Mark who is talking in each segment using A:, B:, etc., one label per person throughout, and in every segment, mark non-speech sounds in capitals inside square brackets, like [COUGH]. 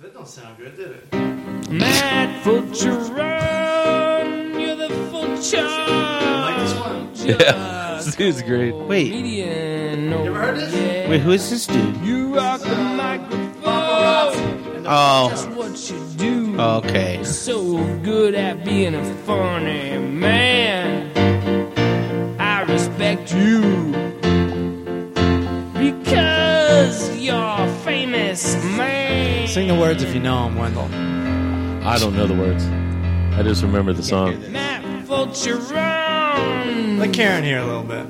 A: That don't sound good, did it?
B: Matt Fulcheron, you're the
A: Like this
B: Fulcheron.
A: one.
C: Yeah. [LAUGHS] This dude's great.
D: Wait.
B: Comedian. You
A: ever heard this?
D: Wait, who is this dude?
B: You rock the microphone. That's
D: Oh,
B: what you do.
D: okay.
B: so good at being a funny man. I respect you because you're a famous man.
D: Sing the words if you know them, Wendell.
C: I don't know the words. I just remember the song.
B: Matt Fulcheron.
D: Let Karen hear a little bit.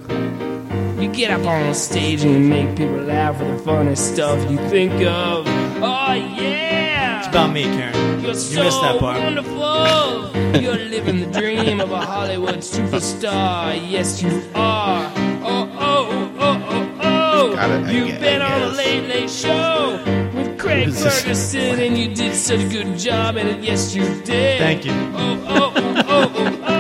B: You get up on stage and you make people laugh with the funny stuff you think of. Oh yeah.
D: It's about me, Karen.
B: You're so
D: missed that part. [LAUGHS]
B: wonderful. You're living the dream of a Hollywood superstar. Yes, you are. Oh, oh, oh, oh, oh.
E: Got it, I
B: You've
E: gue-
B: been
E: I
B: on the
E: guess.
B: Late Late Show with Craig Ferguson, and you did such a good job at it. Yes, you did.
D: Thank you.
B: Oh, oh, oh, oh, oh, oh.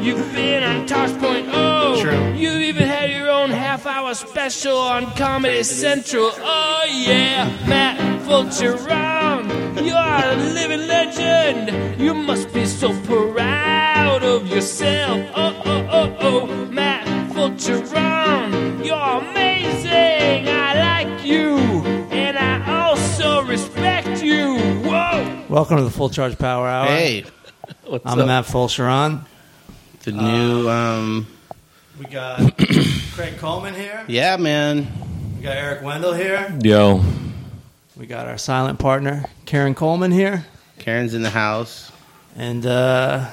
B: You've been on Tosh Point Oh.
D: True.
B: You've even had your own half hour special on Comedy Central. Oh, yeah. Matt Fulcheron, you are a living legend. You must be so proud of yourself. Oh, oh, oh, oh. Matt Fulcheron, you're amazing. I like you. And I also respect you. Whoa.
D: Welcome to the Full Charge Power Hour.
E: Hey,
C: What's
D: I'm Matt Fulcheron.
E: the new. Um,
D: We [COUGHS] got Craig Coleman here.
E: yeah, man.
D: We got Eric Wendell here.
C: Yo.
D: We got our silent partner, Karen Coleman, here.
E: Karen's in the house.
D: And uh,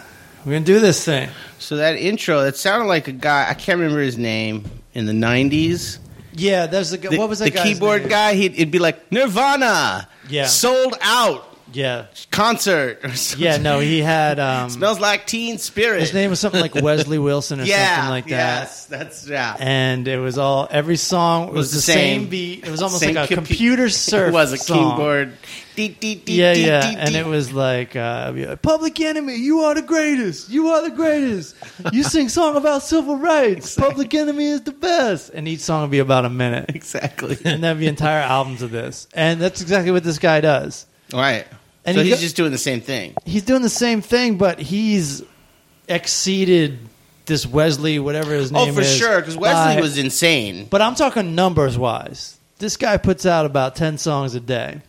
D: we're going to do this thing.
E: So that intro, that sounded like a guy. I can't remember his name in the '90s.
D: Yeah, there's the,
E: The,
D: guy. what was that
E: the
D: guy's
E: keyboard
D: name?
E: guy? He'd it'd be like Nirvana.
D: Yeah.
E: sold out
D: Yeah,
E: concert. [LAUGHS] Or something.
D: yeah. No, he had um,
E: [LAUGHS] smells like Teen Spirit.
D: his name was something
E: [LAUGHS]
D: like Wesley Wilson or
E: yeah,
D: something like that.
E: Yes, that's yeah.
D: And it was all every song was,
E: was
D: the
E: the
D: same.
E: same.
D: beat. It was almost
E: Same
D: like a
E: compu-
D: computer surf.
E: [LAUGHS] it was a
D: song.
E: keyboard. Dee, dee, dee,
D: Yeah,
E: dee,
D: yeah,
E: dee,
D: and
E: dee. [LAUGHS]
D: it was like uh, be like, Public Enemy. You are the greatest. You are the greatest. You sing song about civil
E: [LAUGHS]
D: rights. Public Enemy is the best. And each song would be about a minute,
E: exactly [LAUGHS]
D: and that'd be entire albums of this. And that's exactly what this guy does.
E: right.
D: And
E: so
D: he
E: he's
D: go-
E: just doing the same thing.
D: he's doing the same thing, but he's exceeded this Wesley, whatever his name
E: Oh,
D: is.
E: for sure, because Wesley
D: by-
E: was insane.
D: But I'm talking numbers wise. This guy puts out about ten songs a day,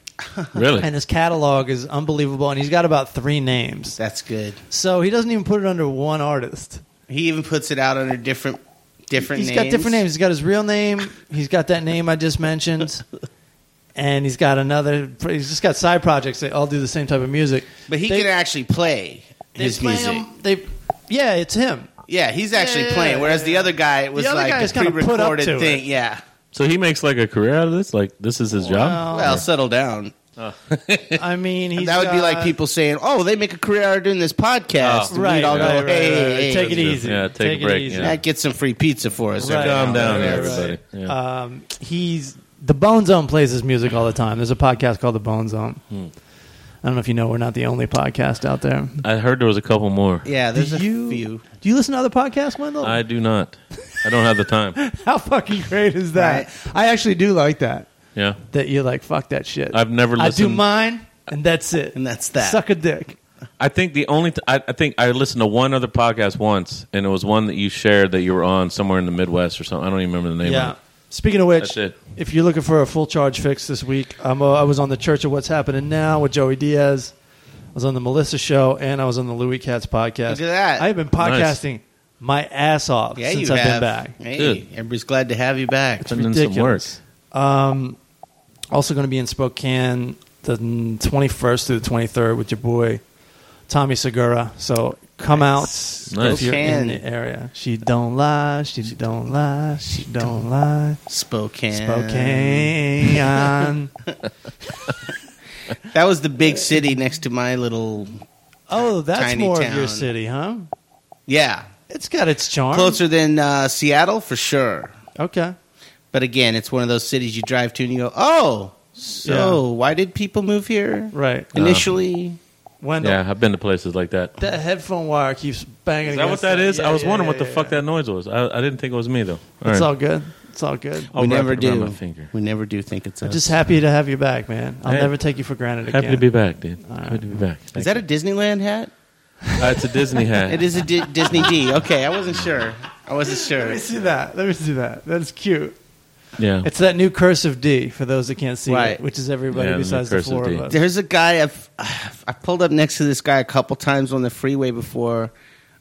C: Really?
D: [LAUGHS] and his catalog is unbelievable. And he's got about three names,
E: That's good.
D: so he doesn't even put it under one artist.
E: He even puts it out under different different.
D: He's
E: names.
D: got different names. He's got his real name. He's got that name I just
C: [LAUGHS]
D: mentioned. And he's got another. He's just got side projects. They all do the same type of music.
E: but he
D: They-
E: can actually play
D: They
E: his
D: play
E: music.
D: 'em- they, yeah, it's him.
E: Yeah, he's actually
D: Yeah, yeah,
E: playing.
D: yeah,
E: Whereas the other guy was
D: The other
E: like
D: guy
E: a
D: is kinda put up
E: pre-recorded
D: to it.
E: thing. Yeah.
C: So he makes like a career out of this? Like this is his
D: Well,
C: job?
E: Well, settle down.
D: Uh, I
E: [LAUGHS]
D: mean, Oh. he's
E: that would be like
D: got-
E: people saying, "Oh, they make a career out of doing this podcast."
C: Oh.
E: And
D: Right,
E: We'd all
D: right,
E: go,
D: right,
E: "Hey,
D: right, right.
E: hey,
D: Take it
C: Yeah,
D: easy.
C: take a
D: It
C: break,
D: easy.
C: yeah.
E: that gets some free pizza for us."
D: Right.
C: Calm down,
D: Right,
C: everybody. Yeah.
D: Um, he's the Bone Zone plays his music all the time. There's a podcast called the Bone Zone. I don't know if you know, we're not the only podcast out there.
C: I heard there was a couple more.
E: Yeah, there's
D: do
E: a
D: you
E: few.
D: do you listen to other podcasts, Wendell?
C: I do not. I don't have the time.
D: [LAUGHS] How fucking great is that? I actually do like that.
C: Yeah.
D: That you're like fuck that shit.
C: I've never
D: I do
C: listened-
D: mine, and that's it.
E: And that's that.
D: Suck a dick.
C: I think the only th- I, I think I listened to one other podcast once, and it was one that you shared that you were on somewhere in the Midwest or something. I don't even remember the name.
D: Yeah.
C: Of
D: Speaking of which,
C: That's it.
D: if you're looking for a full charge fix this week, I'm, uh, I was on the Church of What's Happening Now with Joey Diaz. I was on the Melissa Show, and I was on the Louis Katz podcast.
E: Look at that.
D: I've been
C: Nice.
D: podcasting my ass off
E: Yeah,
D: since
E: you
D: I've been
E: have.
D: back.
E: Hey,
C: Dude.
E: everybody's glad to have you back.
C: it. Putting in some work.
D: ridiculous. Um, also going to be in Spokane the 21st through the 23rd with your boy Tommy Segura. So come out
C: Nice.
D: if you're in
E: Spokane.
D: the area. She don't lie. She don't lie. She don't lie.
E: Spokane.
D: Spokane.
E: That was the big city next to my little.
D: oh, that's
E: Tiny
D: more of
E: town.
D: your city, huh?
E: Yeah,
D: It's got its charm.
E: closer than uh, Seattle for sure.
D: Okay.
E: But again, it's one of those cities you drive to and you go, "Oh, so why did people move here
C: Uh,
D: Right. Uh,
E: initially?"
D: Wendell,
C: Yeah, I've been to places like that.
D: that headphone wire keeps banging.
C: Is that what
D: against
C: that is?
D: Yeah,
C: I was
D: yeah,
C: wondering
D: yeah,
C: what the
D: yeah.
C: fuck that noise was. I, I didn't think it was me though. All
D: It's
C: right. Oh,
D: all good. It's all good.
C: I'll
E: we
C: wrap
E: never
C: it around
E: do.
C: my finger.
E: We never do think it's us.
D: Just happy to have you back, man. I'll
C: Hey.
D: never take you for granted again.
C: Happy to be back, dude.
D: right.
C: Happy to be back.
E: Is that a Disneyland hat?
C: Uh, it's a Disney hat.
E: It is a Di- Disney D. Okay, I wasn't sure. I wasn't
D: Let me
E: sure.
D: see that. Let me see that. That's cute.
C: Yeah.
D: It's that new cursive D for those that can't see
E: Right.
D: it, which is everybody
C: Yeah, the new
D: besides the
C: cursive
D: four
C: D.
D: of us.
E: There's a guy I've I pulled up next to this guy a couple times on the freeway before.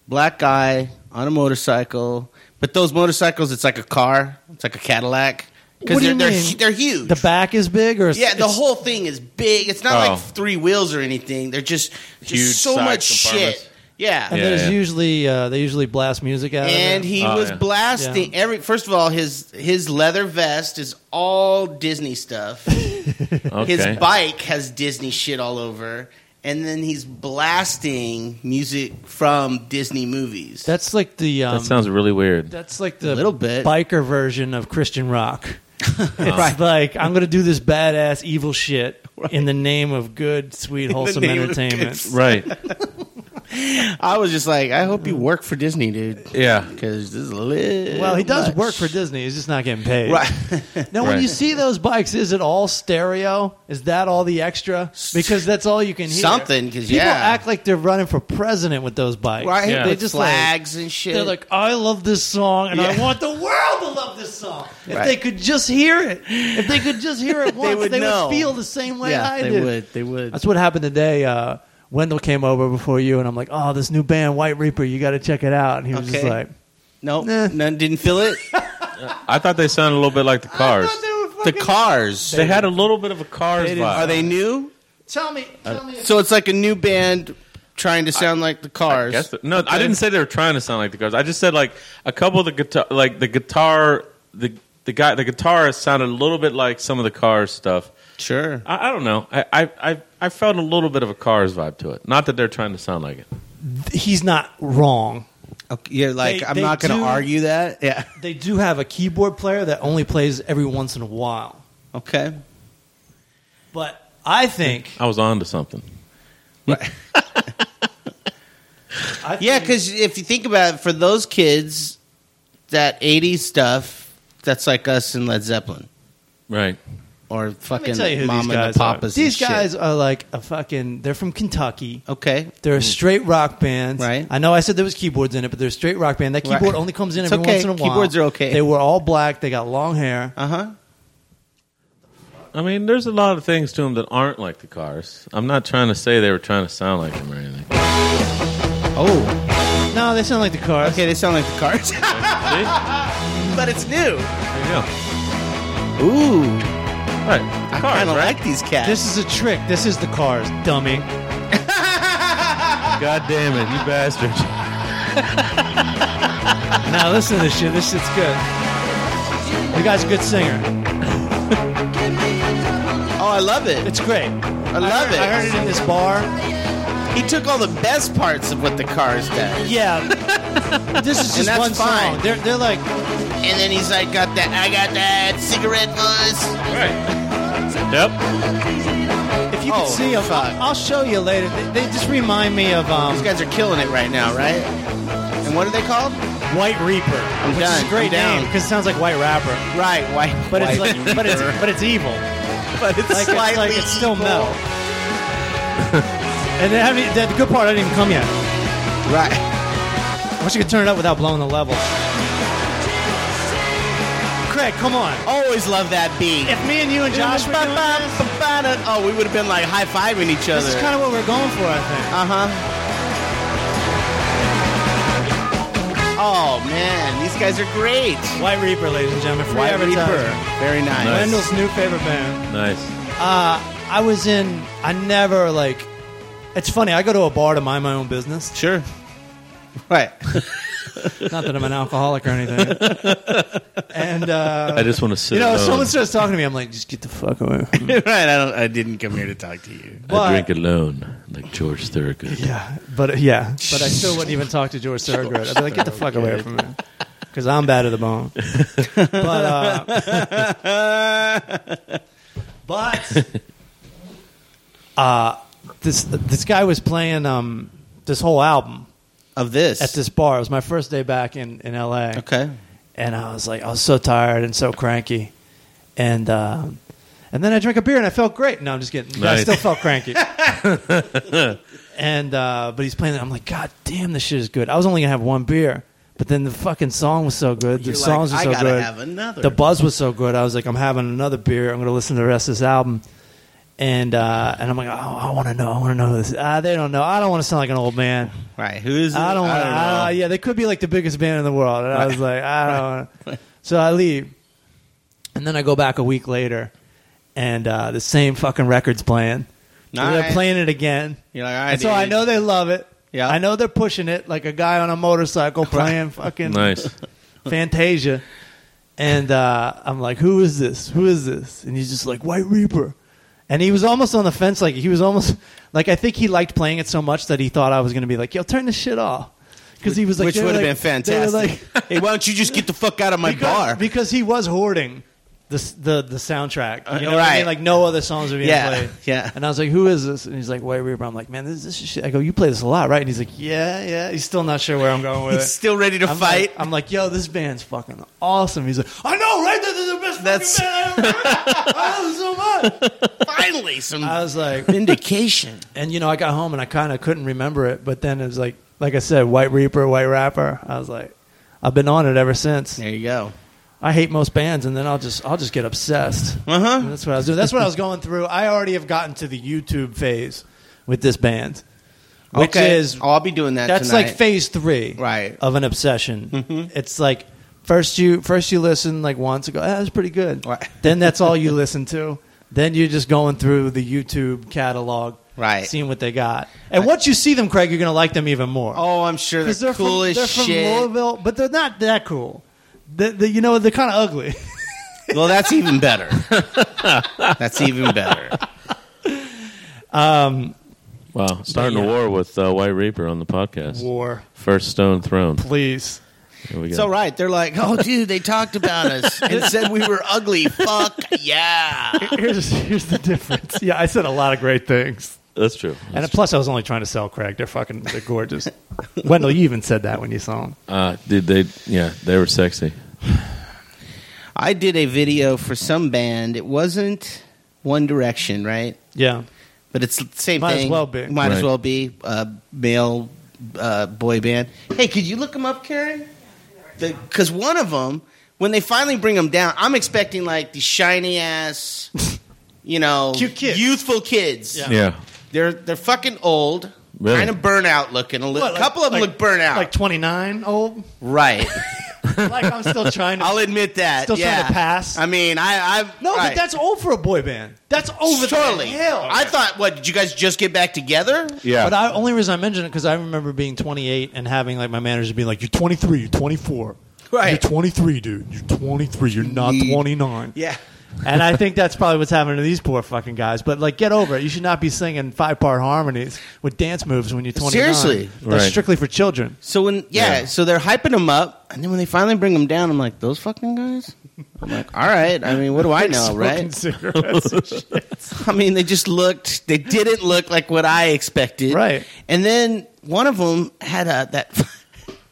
E: Black guy on a motorcycle, but those motorcycles, it's like a car. It's like a Cadillac
D: What
E: because
D: do
E: they're
D: you
E: they're,
D: mean?
E: hu- they're huge.
D: The back is big, or
E: yeah, the
D: it's-
E: whole thing is big. It's not
C: Oh.
E: like three wheels or anything. They're just, just
C: Huge
E: so
C: side
E: much
C: compartments.
E: shit. Yeah,
D: And
C: Yeah,
D: there's
C: yeah.
D: usually uh, they usually blast music out.
E: and
D: of it.
E: he
C: Oh,
E: was
C: yeah.
E: blasting
D: uh, Yeah.
E: every. First of all, his his leather vest is all Disney stuff.
C: okay.
E: His bike has Disney shit all over, and then he's blasting music from Disney movies.
D: that's like the um,
C: that sounds really weird.
D: that's like the
E: little bit.
D: biker version of Christian
E: [LAUGHS]
D: rock. it's like I'm gonna do this badass evil shit in the name of good, sweet, wholesome
E: name of
D: entertainment.
C: Right.
E: I was just like, I hope you work for Disney, dude,
C: Yeah.
E: because this is a little.
D: Mm. Well, he does
E: much.
D: work for Disney. He's just not getting paid.
E: [LAUGHS] Right.
D: Now, when
C: Right.
D: you see those bikes, is it all stereo? Is that all the extra? Because that's all you can hear.
E: Something, 'cause,
D: people
E: yeah.
D: act like they're running for president with those bikes.
E: Right,
C: Yeah.
E: with
D: They just like
E: flags and shit.
D: they're like, I love this song, and I
E: Yeah.
D: want the world to love this song. If
E: Right.
D: they could just hear it, if they could just hear
E: [LAUGHS]
D: it once, they would,
E: would know.
D: feel the same way
E: yeah,
D: I
E: they
D: did.
E: would, they would.
D: That's what happened today. Uh, Wendell came over before you, and I'm like, "Oh, this new band, White Reaper, you got to check it out." And he was just
E: Okay.
D: like,
E: no,
D: Nah.
E: none didn't
D: [LAUGHS]
E: feel it.
C: I thought they sounded a little bit like the cars.
E: the cars
C: They had a little bit of a cars
D: They
C: vibe.
D: didn't-
E: are they new?
D: "Tell me, tell me." If
E: So it's like a new band trying to sound like the cars.
C: Guess the- no, I didn't say they were trying to sound like the cars. I just said like a couple of the guitar, like the guitar, the the guy, the guitarist sounded a little bit like some of the cars stuff.
E: sure.
C: I, I don't know. I, I I I felt a little bit of a cars vibe to it. Not that they're trying to sound like it.
D: he's not wrong.
E: Okay, you're like,
D: They-
E: I'm
D: they
E: not going
D: do-
E: to argue that. Yeah. [LAUGHS]
D: They do have a keyboard player that only plays every once in a while,
E: Okay.
D: but I think,
C: I was on to something.
D: I
E: Yeah,
D: think-
E: because if you think about it, for those kids, that 80s stuff, that's like us and Led Zeppelin
C: Right.
D: Let
E: or
D: me tell you
E: fucking
D: who
E: Mama
D: these
E: and
D: guys
E: the Papas.
D: are.
E: and
D: These
E: shit.
D: guys are like a fucking. They're from Kentucky.
E: Okay.
D: They're a straight rock band.
E: Mm. Right.
D: I know I said there was keyboards in it, but they're a straight rock band. That
E: Right.
D: keyboard only comes in
E: It's
D: every
E: okay.
D: once in a while.
E: Keyboards are okay.
D: They were all black. They got long hair.
E: Uh huh.
C: I mean, there's a lot of things to them that aren't like the cars. I'm not trying to say they were trying to sound like them or anything.
E: Oh.
D: No, they sound like the Cars.
E: Okay, they sound like the cars, [LAUGHS]
C: See?
E: but it's new.
C: There you go.
E: Ooh.
C: Right. The
E: I
C: cars,
E: kind of
C: right?
E: like these cats.
D: This is a trick. This is the Cars, dummy.
C: God damn it, you bastard.
D: Now listen to this shit. This shit's good. The guy's a good singer.
E: oh, I love it.
D: It's great.
E: I love it.
D: I heard it in this bar.
E: He took all the best parts of what the cars did, [LAUGHS]
D: Yeah. this is just
E: And that's
D: one song.
E: fine.
D: They're, they're like,
E: and then he's like, "Got that? I got that cigarette buzz."
C: Right. Yep.
D: if you could
E: Oh,
D: see them,
E: fuck.
D: I'll, I'll show you later. They, they just remind me of um,
E: These guys are killing it right now, right? And what are they called?
D: White Reaper, which is
E: done.
D: a great
E: I'm down.
D: name because it sounds like White Rapper,
E: Right, white.
D: but it's
E: white
D: like, but it's
E: paper.
D: but it's evil.
E: but it's
D: Like,
E: slightly
D: it's, like, it's still
E: evil.
D: metal. and they haven't, the the good part, I didn't even come yet.
E: Right.
D: I wish you could turn it up without blowing the level. Craig, come on.
E: Always love that beat.
D: If me and you and Josh were doing this,
E: Oh, we would have been like high fiving each other.
D: this is kind of what we're going for, I think.
E: uh huh. Oh man, these guys are great.
D: White Reaper, ladies and gentlemen. Free
E: White
D: advertising.
E: Reaper, very nice.
C: Nice.
D: Wendell's new favorite band.
C: Nice.
D: Uh, I was in. I never like. It's funny. I go to a bar to mind my own business.
E: Sure. [LAUGHS] Right.
D: Not that I'm an alcoholic or anything. and uh,
C: I just want to sit
D: you know, if
C: alone
D: someone starts talking to me, I'm like, just get the fuck away. from me.
E: [LAUGHS] right. I don't. I didn't come here to talk to you.
D: But-
C: and drink alone like George Thorogood.
D: Yeah, but yeah, but I still wouldn't even talk to [LAUGHS] George Thorogood. I'd be like, get the fuck away from me, because I'm bad at the [LAUGHS] bone. but uh, [LAUGHS] but uh, this this guy was playing um this whole album
E: Of this.
D: at this bar. It was my first day back in in L.A.
E: Okay.
D: and I was like, I was so tired and so cranky, and um, and then I drank a beer and I felt great. No, I'm just kidding. I
C: Nice.
D: still felt cranky. and uh, but he's playing. it. I'm like, God damn, this shit is good. I was only gonna have one beer, but then the fucking song was so good. The
E: You're like,
D: songs
E: I
D: are so
E: gotta
D: good.
E: have another.
D: The buzz was so good. I was like, I'm having another beer. I'm gonna listen to the rest of this album. And uh, and I'm like, oh, I want to know. I want to know who this. Ah, they don't know. I don't want to sound like an old man.
E: Right? Who is?
D: I
E: it?
D: don't want
E: know.
D: to. Yeah, they could be like the biggest band in the world. And I was like, I don't want So I leave. And then I go back a week later, and uh, the same fucking record's playing. So they're
E: Nice.
D: playing it again.
E: You're like, all right.
D: And so I
E: dude.
D: know they love it.
E: Yeah.
D: I know they're pushing it like a guy on a motorcycle playing fucking
C: Nice.
D: [LAUGHS] Fantasia. And uh, I'm like, who is this? Who is this? And he's just like, White Reaper. And he was almost on the fence. Like, he was almost, like, I think he liked playing it so much that he thought I was going to be like, yo, turn this shit off. Because he was like,
E: Which
D: they were
E: would have
D: like-
E: been
D: they were
E: fantastic.
D: like- [LAUGHS]
E: hey, why don't you just get the fuck out of my
D: because,
E: [LAUGHS] bar?
D: Because he was hoarding the s- the, the soundtrack. You know what I mean?
E: Uh, right.
D: Like, no other songs are being
E: Yeah,
D: played.
E: [LAUGHS] yeah.
D: And I was like, who is this? And he's like, White Reaper. I'm like, man, this, this is shit. I go, you play this a lot, right? And he's like, yeah, yeah. He's still not sure where I'm going with
E: He's [LAUGHS]
D: it.
E: still ready to
D: I'm
E: fight.
D: Like, I'm like, yo, this band's fucking awesome. He's like, I know, right? This is the best
E: That's-
D: fucking band I've ever heard. I love it so much.
E: [LAUGHS] Finally, some
D: I was like,
E: vindication.
D: and you know, I got home and I kind of couldn't remember it, but then it was like, like I said, White Reaper, White Rapper. I was like, I've been on it ever since.
E: There you go.
D: I hate most bands, and then I'll just, I'll just get obsessed.
E: Uh
D: And
E: huh.
D: that's what I was doing. That's what I was going through. I already have gotten to the YouTube phase with this band, which
E: okay.
D: is
E: oh, I'll be doing that.
D: that's
E: tonight.
D: like phase three
E: Right. Mm-hmm.
D: of an obsession it's like first you first you listen like once and go "Ah, that's pretty good
E: Right.
D: [LAUGHS] then that's all
E: [LAUGHS]
D: you listen to then you're just going through the youtube catalog
E: Right.
D: seeing what they got and once you see them craig you're gonna like them even more
E: Oh, I'm sure they're,
D: they're
E: cool
D: from,
E: as
D: they're from
E: shit.
D: Louisville, but they're not that cool The- the- you know they're kind of ugly [LAUGHS]
E: Well, that's even [LAUGHS] better. that's even better.
C: Wow. Starting a war with uh, White Reaper on the podcast.
D: war
C: First stone thrown.
D: please
C: Here we go.
E: So right, they're like, "Oh, dude, they talked about us and [LAUGHS] said we were ugly. Fuck yeah!"
D: here's, here's the difference [LAUGHS] yeah i said a lot of great things
C: That's true.
D: and plus i was only trying to sell craig they're fucking they're
E: [LAUGHS]
D: gorgeous wendell you even said that when you saw them
C: Uh, did they? Yeah, they were sexy.
E: I did a video for some band. It wasn't One Direction, right?
D: Yeah.
E: But it's the same
D: Might as
E: thing.
D: well be.
E: Might as
C: Right.
E: well be a male uh, boy band. Hey, could you look them up, Karen? Because one of them, when they finally bring them down, I'm expecting like the shiny ass, you know,
D: [LAUGHS] Cute kids.
E: youthful kids.
D: Yeah.
C: Yeah.
E: They're they're fucking old,
C: Really?
E: kind of burnout looking. A li-
D: What, like-
E: couple of them
D: like-
E: look burnout.
D: Like 29 old.
E: right.
D: [LAUGHS] Like I'm still trying to.
E: I'll admit that.
D: Still trying
E: yeah.
D: to pass?
E: I mean, I, I've
D: no,
E: [LAUGHS] right.
D: but that's old for a boy band. That's over
E: surely.
D: the hill.
E: I thought, what did you guys just get back together?
C: Yeah.
D: But I only reason I mentioned it because I remember being 28 and having like my manager being like, "You're 23, you're 24,
E: Right.
D: You're 23, dude. You're 23. You're not 29."
E: Yeah.
D: And I think that's probably what's happening to these poor fucking guys. But like, get over it. You should not be singing five part harmonies with dance moves when you're 29.
E: Seriously.
D: that's
C: Right.
D: strictly for children.
E: So when yeah,
C: Yeah.
E: so they're hyping them up, and then when they finally bring them down, I'm like, those fucking guys. I'm like, all right. I mean, what do I know,
D: Smoking
E: right? [LAUGHS]
D: cigarettes.
E: I mean, they just looked. They didn't look like what I expected,
D: Right.
E: And then one of them had a that [LAUGHS]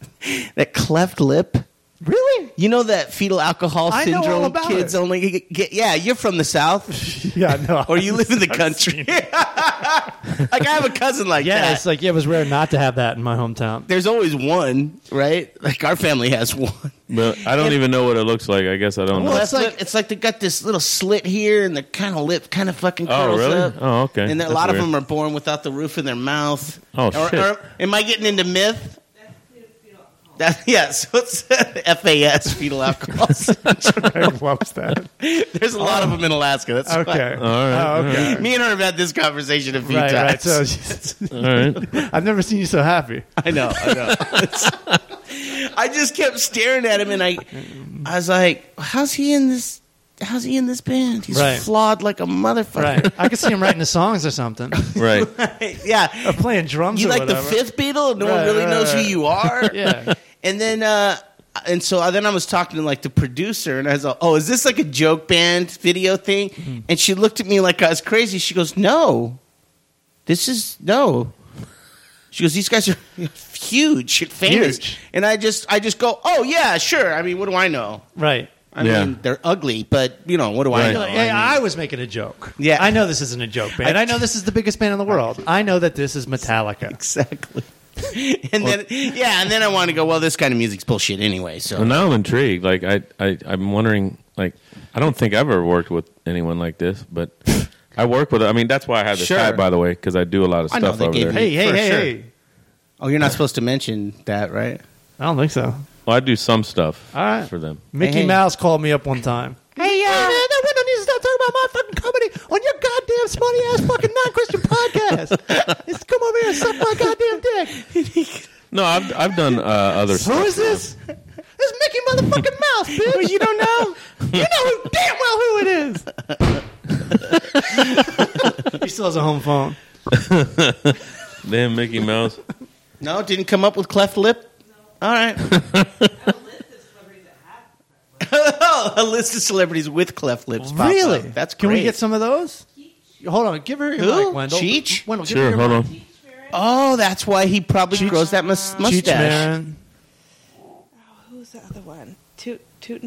E: that cleft lip.
D: really?
E: You know that fetal alcohol
D: I know all
E: syndrome
D: about
E: kids
D: it.
E: only get, get- Yeah, you're from the south,
D: [LAUGHS] Yeah, no.
E: or you
D: [LAUGHS]
E: live in the [LAUGHS] country. like I have a cousin like
D: Yeah,
E: that.
D: it's like yeah, it was rare not to have that in my [LAUGHS] hometown.
E: There's always one, right? Like our family has one.
C: But I don't even know what it looks like. I guess I don't
E: Well,
C: know.
E: it's like it's like they got this little slit here, and the kind of lip kind of fucking curls
C: really?
E: up.
C: Oh, okay.
E: And then a
C: That's
E: lot of
C: weird.
E: them are born without the roof in their mouth.
C: Oh,
E: Or-
C: shit.
E: or- am I getting into myth? That, [LAUGHS] yeah, so it's uh, FAS fetal alcohol.
C: [LAUGHS]
D: I loves [LAUGHS] that.
E: There's a lot of them in Alaska. That's
D: Okay.
C: All right.
D: Oh, okay.
E: Why. Me and her have had this conversation a few
D: Right, right.
E: times.
D: So [LAUGHS]
C: All right.
D: I've never seen you so happy.
E: I know, I know. [LAUGHS] I just kept staring at him, and I, I was like, "How's he in this? How's he in this band? He's
D: Right.
E: flawed like a motherfucker."
D: [LAUGHS] Right. I could see him writing the songs or something.
C: Right.
E: [LAUGHS] yeah.
D: [LAUGHS] Or playing drums
E: You
D: or
E: like
D: whatever.
E: the fifth Beatle? No
D: Right,
E: one really
D: right,
E: knows
D: right.
E: who you are.
D: [LAUGHS] Yeah.
E: And then, uh, and so I- then I was talking to like the producer, and I was like, "Oh, is this like a joke band video thing?"
D: Mm-hmm.
E: And she looked at me like I was crazy. She goes, "No, this is no." She goes, these guys are [LAUGHS] huge, and famous,
D: Huge.
E: and I just I just go, oh yeah, sure. I mean, what do I know?
D: Right.
E: I
C: Yeah.
E: mean, they're ugly, but you know, what do I
C: Right.
E: know?
D: Like,
E: I
D: hey,
E: mean-
D: I was making a joke.
E: Yeah.
D: I know this isn't a joke band. I know this is the biggest band in the world. I know that this is Metallica.
E: [LAUGHS] exactly. [LAUGHS] and then yeah, and then I want to go. Well, this kind of music's bullshit anyway.
C: Well,
E: So
C: now I'm intrigued. Like I, I, I'm wondering. Like I don't think I've ever worked with anyone like this, but I work with. I mean, that's why I had this
E: Sure.
C: hat, by the way, because I do a lot of
E: I know
C: stuff
E: they
C: over
E: gave
C: there.
E: you-
D: Hey, hey,
E: For
D: hey,
E: sure.
D: hey.
E: oh, you're not supposed to mention that, right?
D: I don't think so.
C: Well, I do some stuff
D: All right.
C: for them.
D: Mickey
E: Hey.
D: Mouse called me up one time. Hey, uh, man, that window needs to stop talking about my fucking comedy on your goddamn smutty ass fucking non Christian podcast. It's come over here and suck my goddamn dick.
C: No, I've I've done uh, other
D: Who
C: stuff.
D: is this? It's Mickey motherfucking Mouse, bitch. you don't know? You know who, damn well who it is. he still has a home phone.
C: Then Mickey Mouse.
E: No, didn't come up with cleft lip. All right. oh, [LAUGHS] a list of celebrities with cleft lips. pops up.
D: Really?
E: That's
D: Can
E: great.
D: we get some of those? Hold on, give her your
E: Who?
D: mic, Wendell.
E: Cheech?
D: Wendell, give her
C: Sure,
D: your
C: hold
D: mic.
C: on.
E: Oh, that's why he probably grows that mus-
D: Cheech
E: mustache.
D: Marin.
F: Oh, who's the other one? Toot Toot.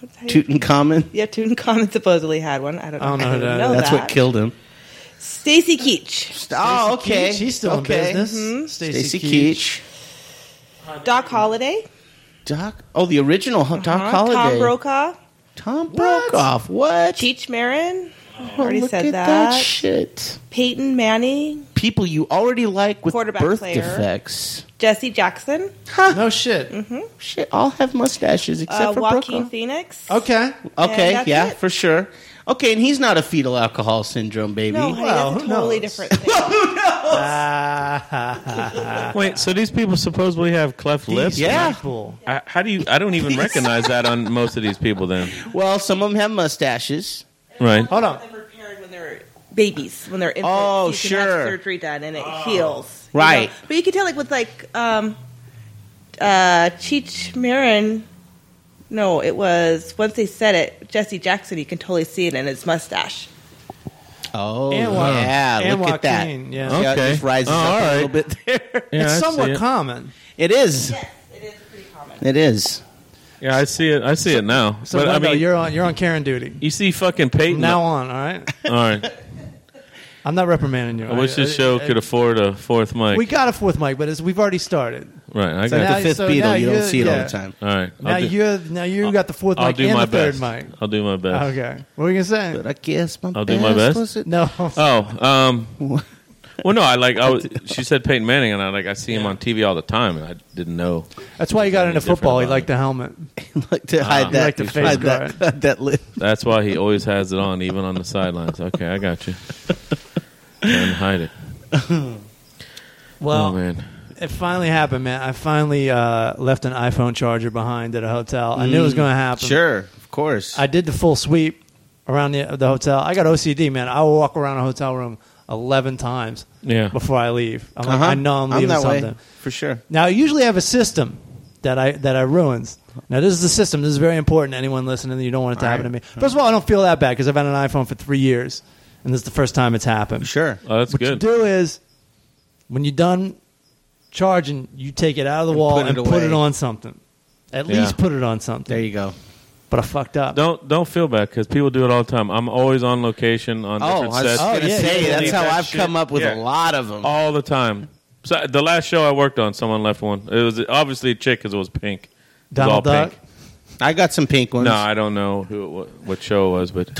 F: What's that?
E: Tutankhamun.
F: Yeah, Tutankhamun supposedly had one. I don't.
D: I don't know
F: I
D: who that
F: don't know
D: is.
E: That's
F: that.
E: what killed him.
F: Stacy Keach,
E: Oh, okay.
D: Keach, he's still
E: okay.
D: in business.
E: Stacy
D: Stacey
E: Keach.
F: Doc Holliday,
E: Doc. Oh, the original huh, Doc
F: uh-huh,
E: Holliday.
F: Tom Brokaw,
E: Tom Brokaw. What?
F: Cheech Marin. I
E: Oh,
F: already
E: look
F: said
E: at
F: that.
E: that shit.
F: Peyton Manning,
E: People you already like with
F: Quarterback
E: birth
F: player.
E: defects.
F: Jesse Jackson,
D: No shit.
E: Shit, all have mustaches except
F: uh,
E: for
F: Joaquin
E: Brokaw.
F: Phoenix.
D: Okay.
E: Okay,
F: And that's
E: yeah,
F: it.
E: for sure. Okay, and he's not a fetal alcohol syndrome baby.
F: No, honey,
D: Well,
F: that's a
D: who
F: totally
D: knows?
F: different thing.
C: Wait, so these people supposedly have cleft lips?
E: Yeah.
D: People.
C: I, how do you? I don't even recognize that on most of these people. Then,
E: Well, some of them have mustaches.
C: right?
D: Hold on.
F: Them repaired when they're babies when they're infants.
E: Oh,
F: you can
E: sure. Oh.
F: have surgery done and it heals. you
E: Right.
F: know? But you can tell, like with like um, uh, Cheech Marin. No, it was once they said it, Jesse Jackson. You can totally see it in his mustache.
E: Oh,
D: And Wa-
E: yeah,
D: and
E: look
D: Joaquin,
E: at that.
D: yeah.
E: Yeah, it
C: Okay.
E: just rises
C: Oh,
E: up
C: all
E: a little
C: right.
E: bit there.
C: Yeah, I
D: it's
C: see
D: somewhat
C: it.
D: common.
E: It is.
F: Yes, it is pretty common.
E: It is.
C: Yeah, I see it. I see it now.
D: So
C: but I
D: Wendell,
C: mean, Mm.
D: you're on you're on Karen duty.
C: you see fucking Peyton.
D: From now on, all right.
C: All right.
D: I'm not reprimanding you.
C: I wish this show could afford a fourth mic.
D: We got a fourth mic, but it's, we've already started.
C: right. I
D: So
C: got.
D: now-
E: the fifth
D: so now
E: beetle, you don't
D: you're-
E: see it all
D: yeah.
E: the time.
C: all right. I'll
D: Now
C: do-
D: you now you got the fourth
C: I'll
D: mic
C: do
D: and
C: my
D: the third
C: best.
D: mic.
C: I'll do my best.
D: Okay. What were you gonna say?
E: But I guess my
C: I'll do
E: best
C: my best.
E: was it- [LAUGHS]
C: [LAUGHS]
D: No.
C: Oh, um, well, no, I like. I was, she said Peyton Manning, and I like. I see him on TV all the time, and I didn't know.
D: That's why he got into
C: Different
D: football. He
C: vibe.
D: liked the helmet.
E: like to hide
C: Ah.
E: that,
D: Like the face
E: hide that,
D: guard.
E: [LAUGHS] hide that lip.
C: That's why he always has it on, even on the sidelines. Okay, I got you. Trying to hide it.
D: Well,
C: oh man.
D: It finally happened, man. I finally uh, left an iPhone charger behind at a hotel. I knew it was
C: Mm.
D: going to happen.
E: Sure, of course.
D: I did the full sweep around the, the hotel. I got OCD, man. I will walk around a hotel room 11 times
C: Yeah.
D: before I leave. I'm like,
E: Uh-huh.
D: I know I'm leaving
E: that way,
D: something.
E: for sure.
D: Now, I usually have a system that I that I ruins. Now, this is the system. This is very important. to Anyone listening, you don't want it to
E: All
D: happen
E: right.
D: to me. First of all, I don't feel that bad because I've had an iPhone for three years, and this is the first time it's happened.
E: Sure.
C: Oh, that's
D: what
C: good.
D: you do is when you're done charging, you take it out of the
E: And
D: wall
E: put it
D: and put
E: away.
D: it on something. At
C: Yeah.
D: least put it on
E: There
D: something.
E: you go.
D: But I fucked up.
C: Don't don't feel bad because people do it all the time. I'm always on location on
E: Oh,
C: different
E: I was
C: sets
D: oh,
E: going to
D: yeah,
E: say,
D: yeah,
E: that's
C: yeah.
E: how
C: That
E: I've
C: shit-
E: come up with
C: yeah.
E: a lot of them.
C: all the time. So the last show I worked on, someone left one. It was obviously a chick because it was pink. It was
D: Donald
C: all
D: Duck.
C: pink.
E: I got some pink ones.
C: No, I don't know who it, wa- what show it was, but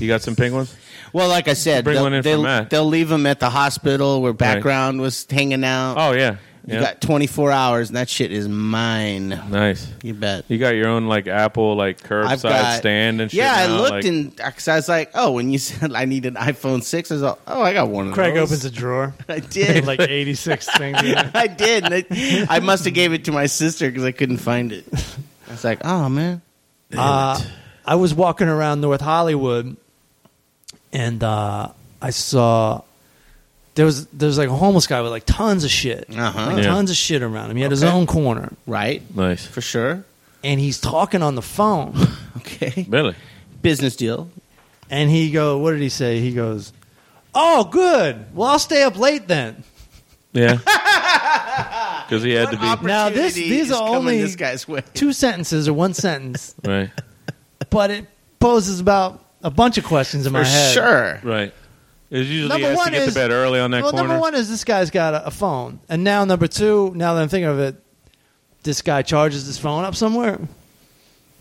C: you got some pink ones.
E: [LAUGHS] well, like I said,
C: Bring
E: they'll,
C: one in for
E: they'll,
C: Matt.
E: they'll leave them at the hospital where background was hanging out.
C: Oh yeah,
E: You
C: Yeah.
E: got 24 hours, and that shit is mine.
C: nice.
E: You bet.
C: You got your own like Apple like curbside stand and shit.
E: Yeah, I
C: now,
E: looked
C: like-
E: and because I was like, oh, when you [LAUGHS] said I need an iPhone six, I was like, oh, I got one of
D: Craig
E: those. [LAUGHS]
D: opens a drawer.
E: I
C: [LAUGHS]
E: did.
D: [LAUGHS] like 86 [LAUGHS] things. in it.
E: [LAUGHS] I did. and I, I must have gave it to my sister because I couldn't find it. I was like, oh man,
D: Uh, I was walking around North Hollywood, and uh, I saw there was there was like a homeless guy with like tons of shit,
E: Uh-huh.
D: like
C: Yeah.
D: tons of shit around him. He had his
E: Okay.
D: own corner,
E: right
C: nice.
E: for sure.
D: and he's talking on the phone.
E: [LAUGHS] Okay,
C: Really?
E: business deal.
D: And he go, what did he say? He goes, "Oh, good. Well, I'll stay up late then."
C: Yeah. Because he had to be.
D: Now, this-
E: Opportunity
D: these
E: is
D: are
E: coming
D: only-
E: this guy's way.
D: Two sentences or one
E: [LAUGHS]
D: sentence,
C: Right.
D: but it poses about a bunch of questions in my
E: For
D: head.
E: sure.
C: Right. It's usually
D: Number
C: he has
D: one
C: to get
D: is-
C: to bed early on that
D: well,
C: corner.
D: number one is this guy's got a, a phone, and now number two, now that I'm thinking of it, this guy charges his phone up somewhere.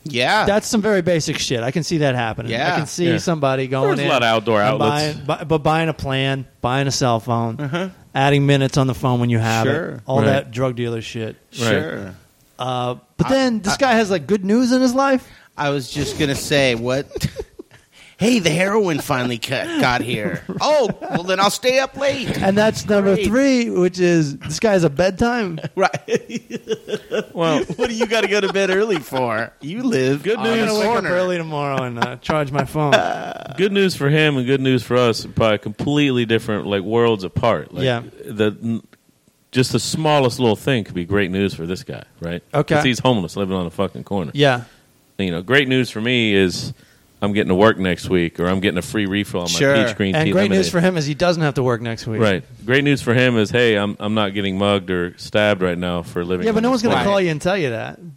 E: Yeah.
D: That's some very basic shit. I can see that happening. I
E: Yeah.
D: can see
C: Ah. Yeah.
D: somebody going
C: There's a
D: in,
C: lot of outdoor
D: and
C: outlets. Uh-huh.
D: buying- bu- but buying a plan, buying a cell phone,
E: Uh-huh.
D: adding minutes on the phone when you have it,
E: Sure.
D: all
C: Right.
D: that drug dealer shit.
E: sure.
D: Uh, but then this guy has like good news in his life.
E: I was just gonna say what. [LAUGHS] hey, the heroin finally cut, got [LAUGHS] here. Oh, well then I'll stay up late.
D: And that's
C: [LAUGHS]
D: number
E: Great.
D: three, which is this guy's a bedtime.
E: Right?
C: Well,
E: [LAUGHS] what do you got to go to bed early for? You live good
D: I'm gonna wake up early tomorrow and uh, charge my
C: [LAUGHS]
D: phone.
C: good news for him and good news for us are probably completely different, like worlds apart. Like,
D: Yeah.
C: The just the smallest little thing could be great news for this guy, right?
D: Okay.
C: 'Cause he's homeless, living on a fucking corner.
D: yeah,
C: You know, great news for me is I'm getting to work next week, or I'm getting a free refill on my
E: Sure.
C: peach green
D: and
C: tea.
D: great news
C: lemonade.
D: for him is he doesn't have to work next week.
C: Right. Great news for him is, hey, I'm I'm not getting mugged or stabbed right now for living.
D: Yeah, but
C: on
D: no one's
C: this
D: gonna
E: Right.
D: call you and tell you that.
C: corner.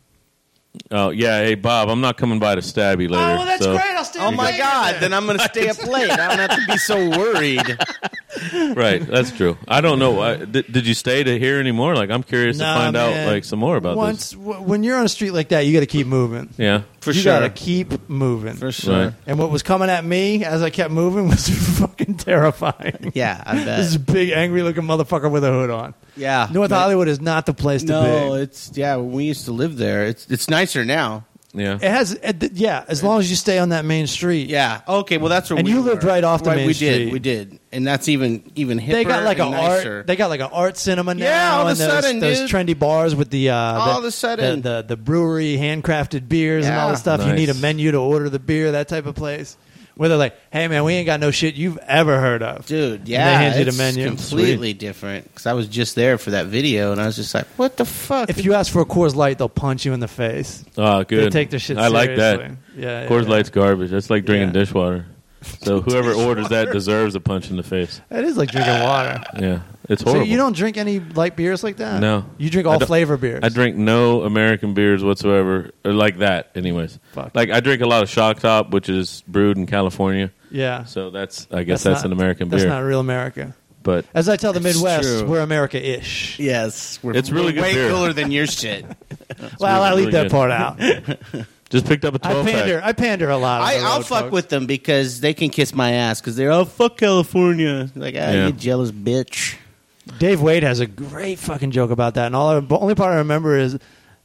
C: Oh yeah, hey Bob, I'm not coming by to stab you later. so-
D: I'll stay.
E: Oh my God! Then I'm gonna stay up late. [LAUGHS] I don't have to be so worried.
C: [LAUGHS] Right, that's true. I don't know. I, did, did you stay to hear anymore? Like, I'm curious
D: Nah,
C: to find
D: man.
C: out like some more about
D: Once w- when you're on a street like that, you got to keep moving.
C: this. Yeah,
E: For
D: you
E: sure.
D: gotta keep moving.
E: [LAUGHS] for sure.
C: Right.
D: And what was coming at me as I kept moving [LAUGHS] was fucking terrifying.
E: [LAUGHS] Yeah, I
D: This is a
E: bet.
D: big, angry-looking motherfucker with a hood on.
E: Yeah,
D: North
E: But-
D: Hollywood is not the place to
E: No,
D: be.
E: it's yeah. When we used to live there, it's it's nicer now.
C: yeah.
D: It has, it- th- yeah. As long as you stay on that main street,
E: Yeah. Okay. Well, that's where
D: And
E: we
D: you lived
E: were.
D: right off the main
E: we
D: street.
E: did. We did, and that's even even hipper.
D: They got like
E: and
D: an
E: nicer.
D: art. They got like an art cinema now.
E: Yeah, all of
D: and
E: a
D: those,
E: sudden,
D: those
E: dude.
D: trendy bars with the uh,
E: All
D: the,
E: of a sudden.
D: the, the, the brewery handcrafted beers and all
E: Yeah.
D: the stuff. You need a
C: Nice.
D: menu to order the beer, that type of place. Where they're like, "Hey man, we ain't got no shit you've ever heard of."
E: Dude,
D: And
E: yeah,
D: they hand you the
E: it's
D: menu.
E: completely different. Because I was just there for that video, and I was just like, "What the fuck?"
D: If you ask for a Coors Light, they'll punch you in the face.
C: Oh, good.
D: They take their shit.
C: I like that.
D: seriously. Yeah,
C: Coors
D: yeah.
C: Light's garbage. That's like drinking
D: Yeah.
C: dishwater. So
D: [LAUGHS]
C: whoever orders that deserves a punch in the face.
D: It is like drinking water.
C: Yeah, it's
D: so
C: horrible.
D: you don't drink any light beers like that?
C: No.
D: You drink
C: I
D: all
C: don't-
D: flavor beers.
C: I drink no American beers whatsoever, or like that. Anyways,
D: Fuck.
C: like I drink a lot of Shock Top, which is brewed in California.
D: Yeah.
C: So that's I guess that's,
D: not-
C: an American
D: That's
C: beer.
D: not real America.
C: but
D: As I tell the
E: That's
D: Midwest,
E: true.
D: we're America-ish.
E: yes, we're,
C: It's really
E: we're
C: good
E: way
C: beer.
E: cooler than your
C: [LAUGHS]
E: shit.
D: well, I
C: really
D: leave that
C: good.
D: part
E: [LAUGHS]
D: out.
C: just picked up a
D: I
C: twelve
D: pander.
C: pack.
D: I pander a lot. on
E: I,
D: the road,
E: I'll fuck
D: folks.
E: with them because they can kiss my ass because they're oh fuck California. Like, ah,
C: Yeah.
E: you
D: [LAUGHS]
E: jealous bitch.
D: Dave Wade has a great fucking joke about that, and all I, the only part I remember is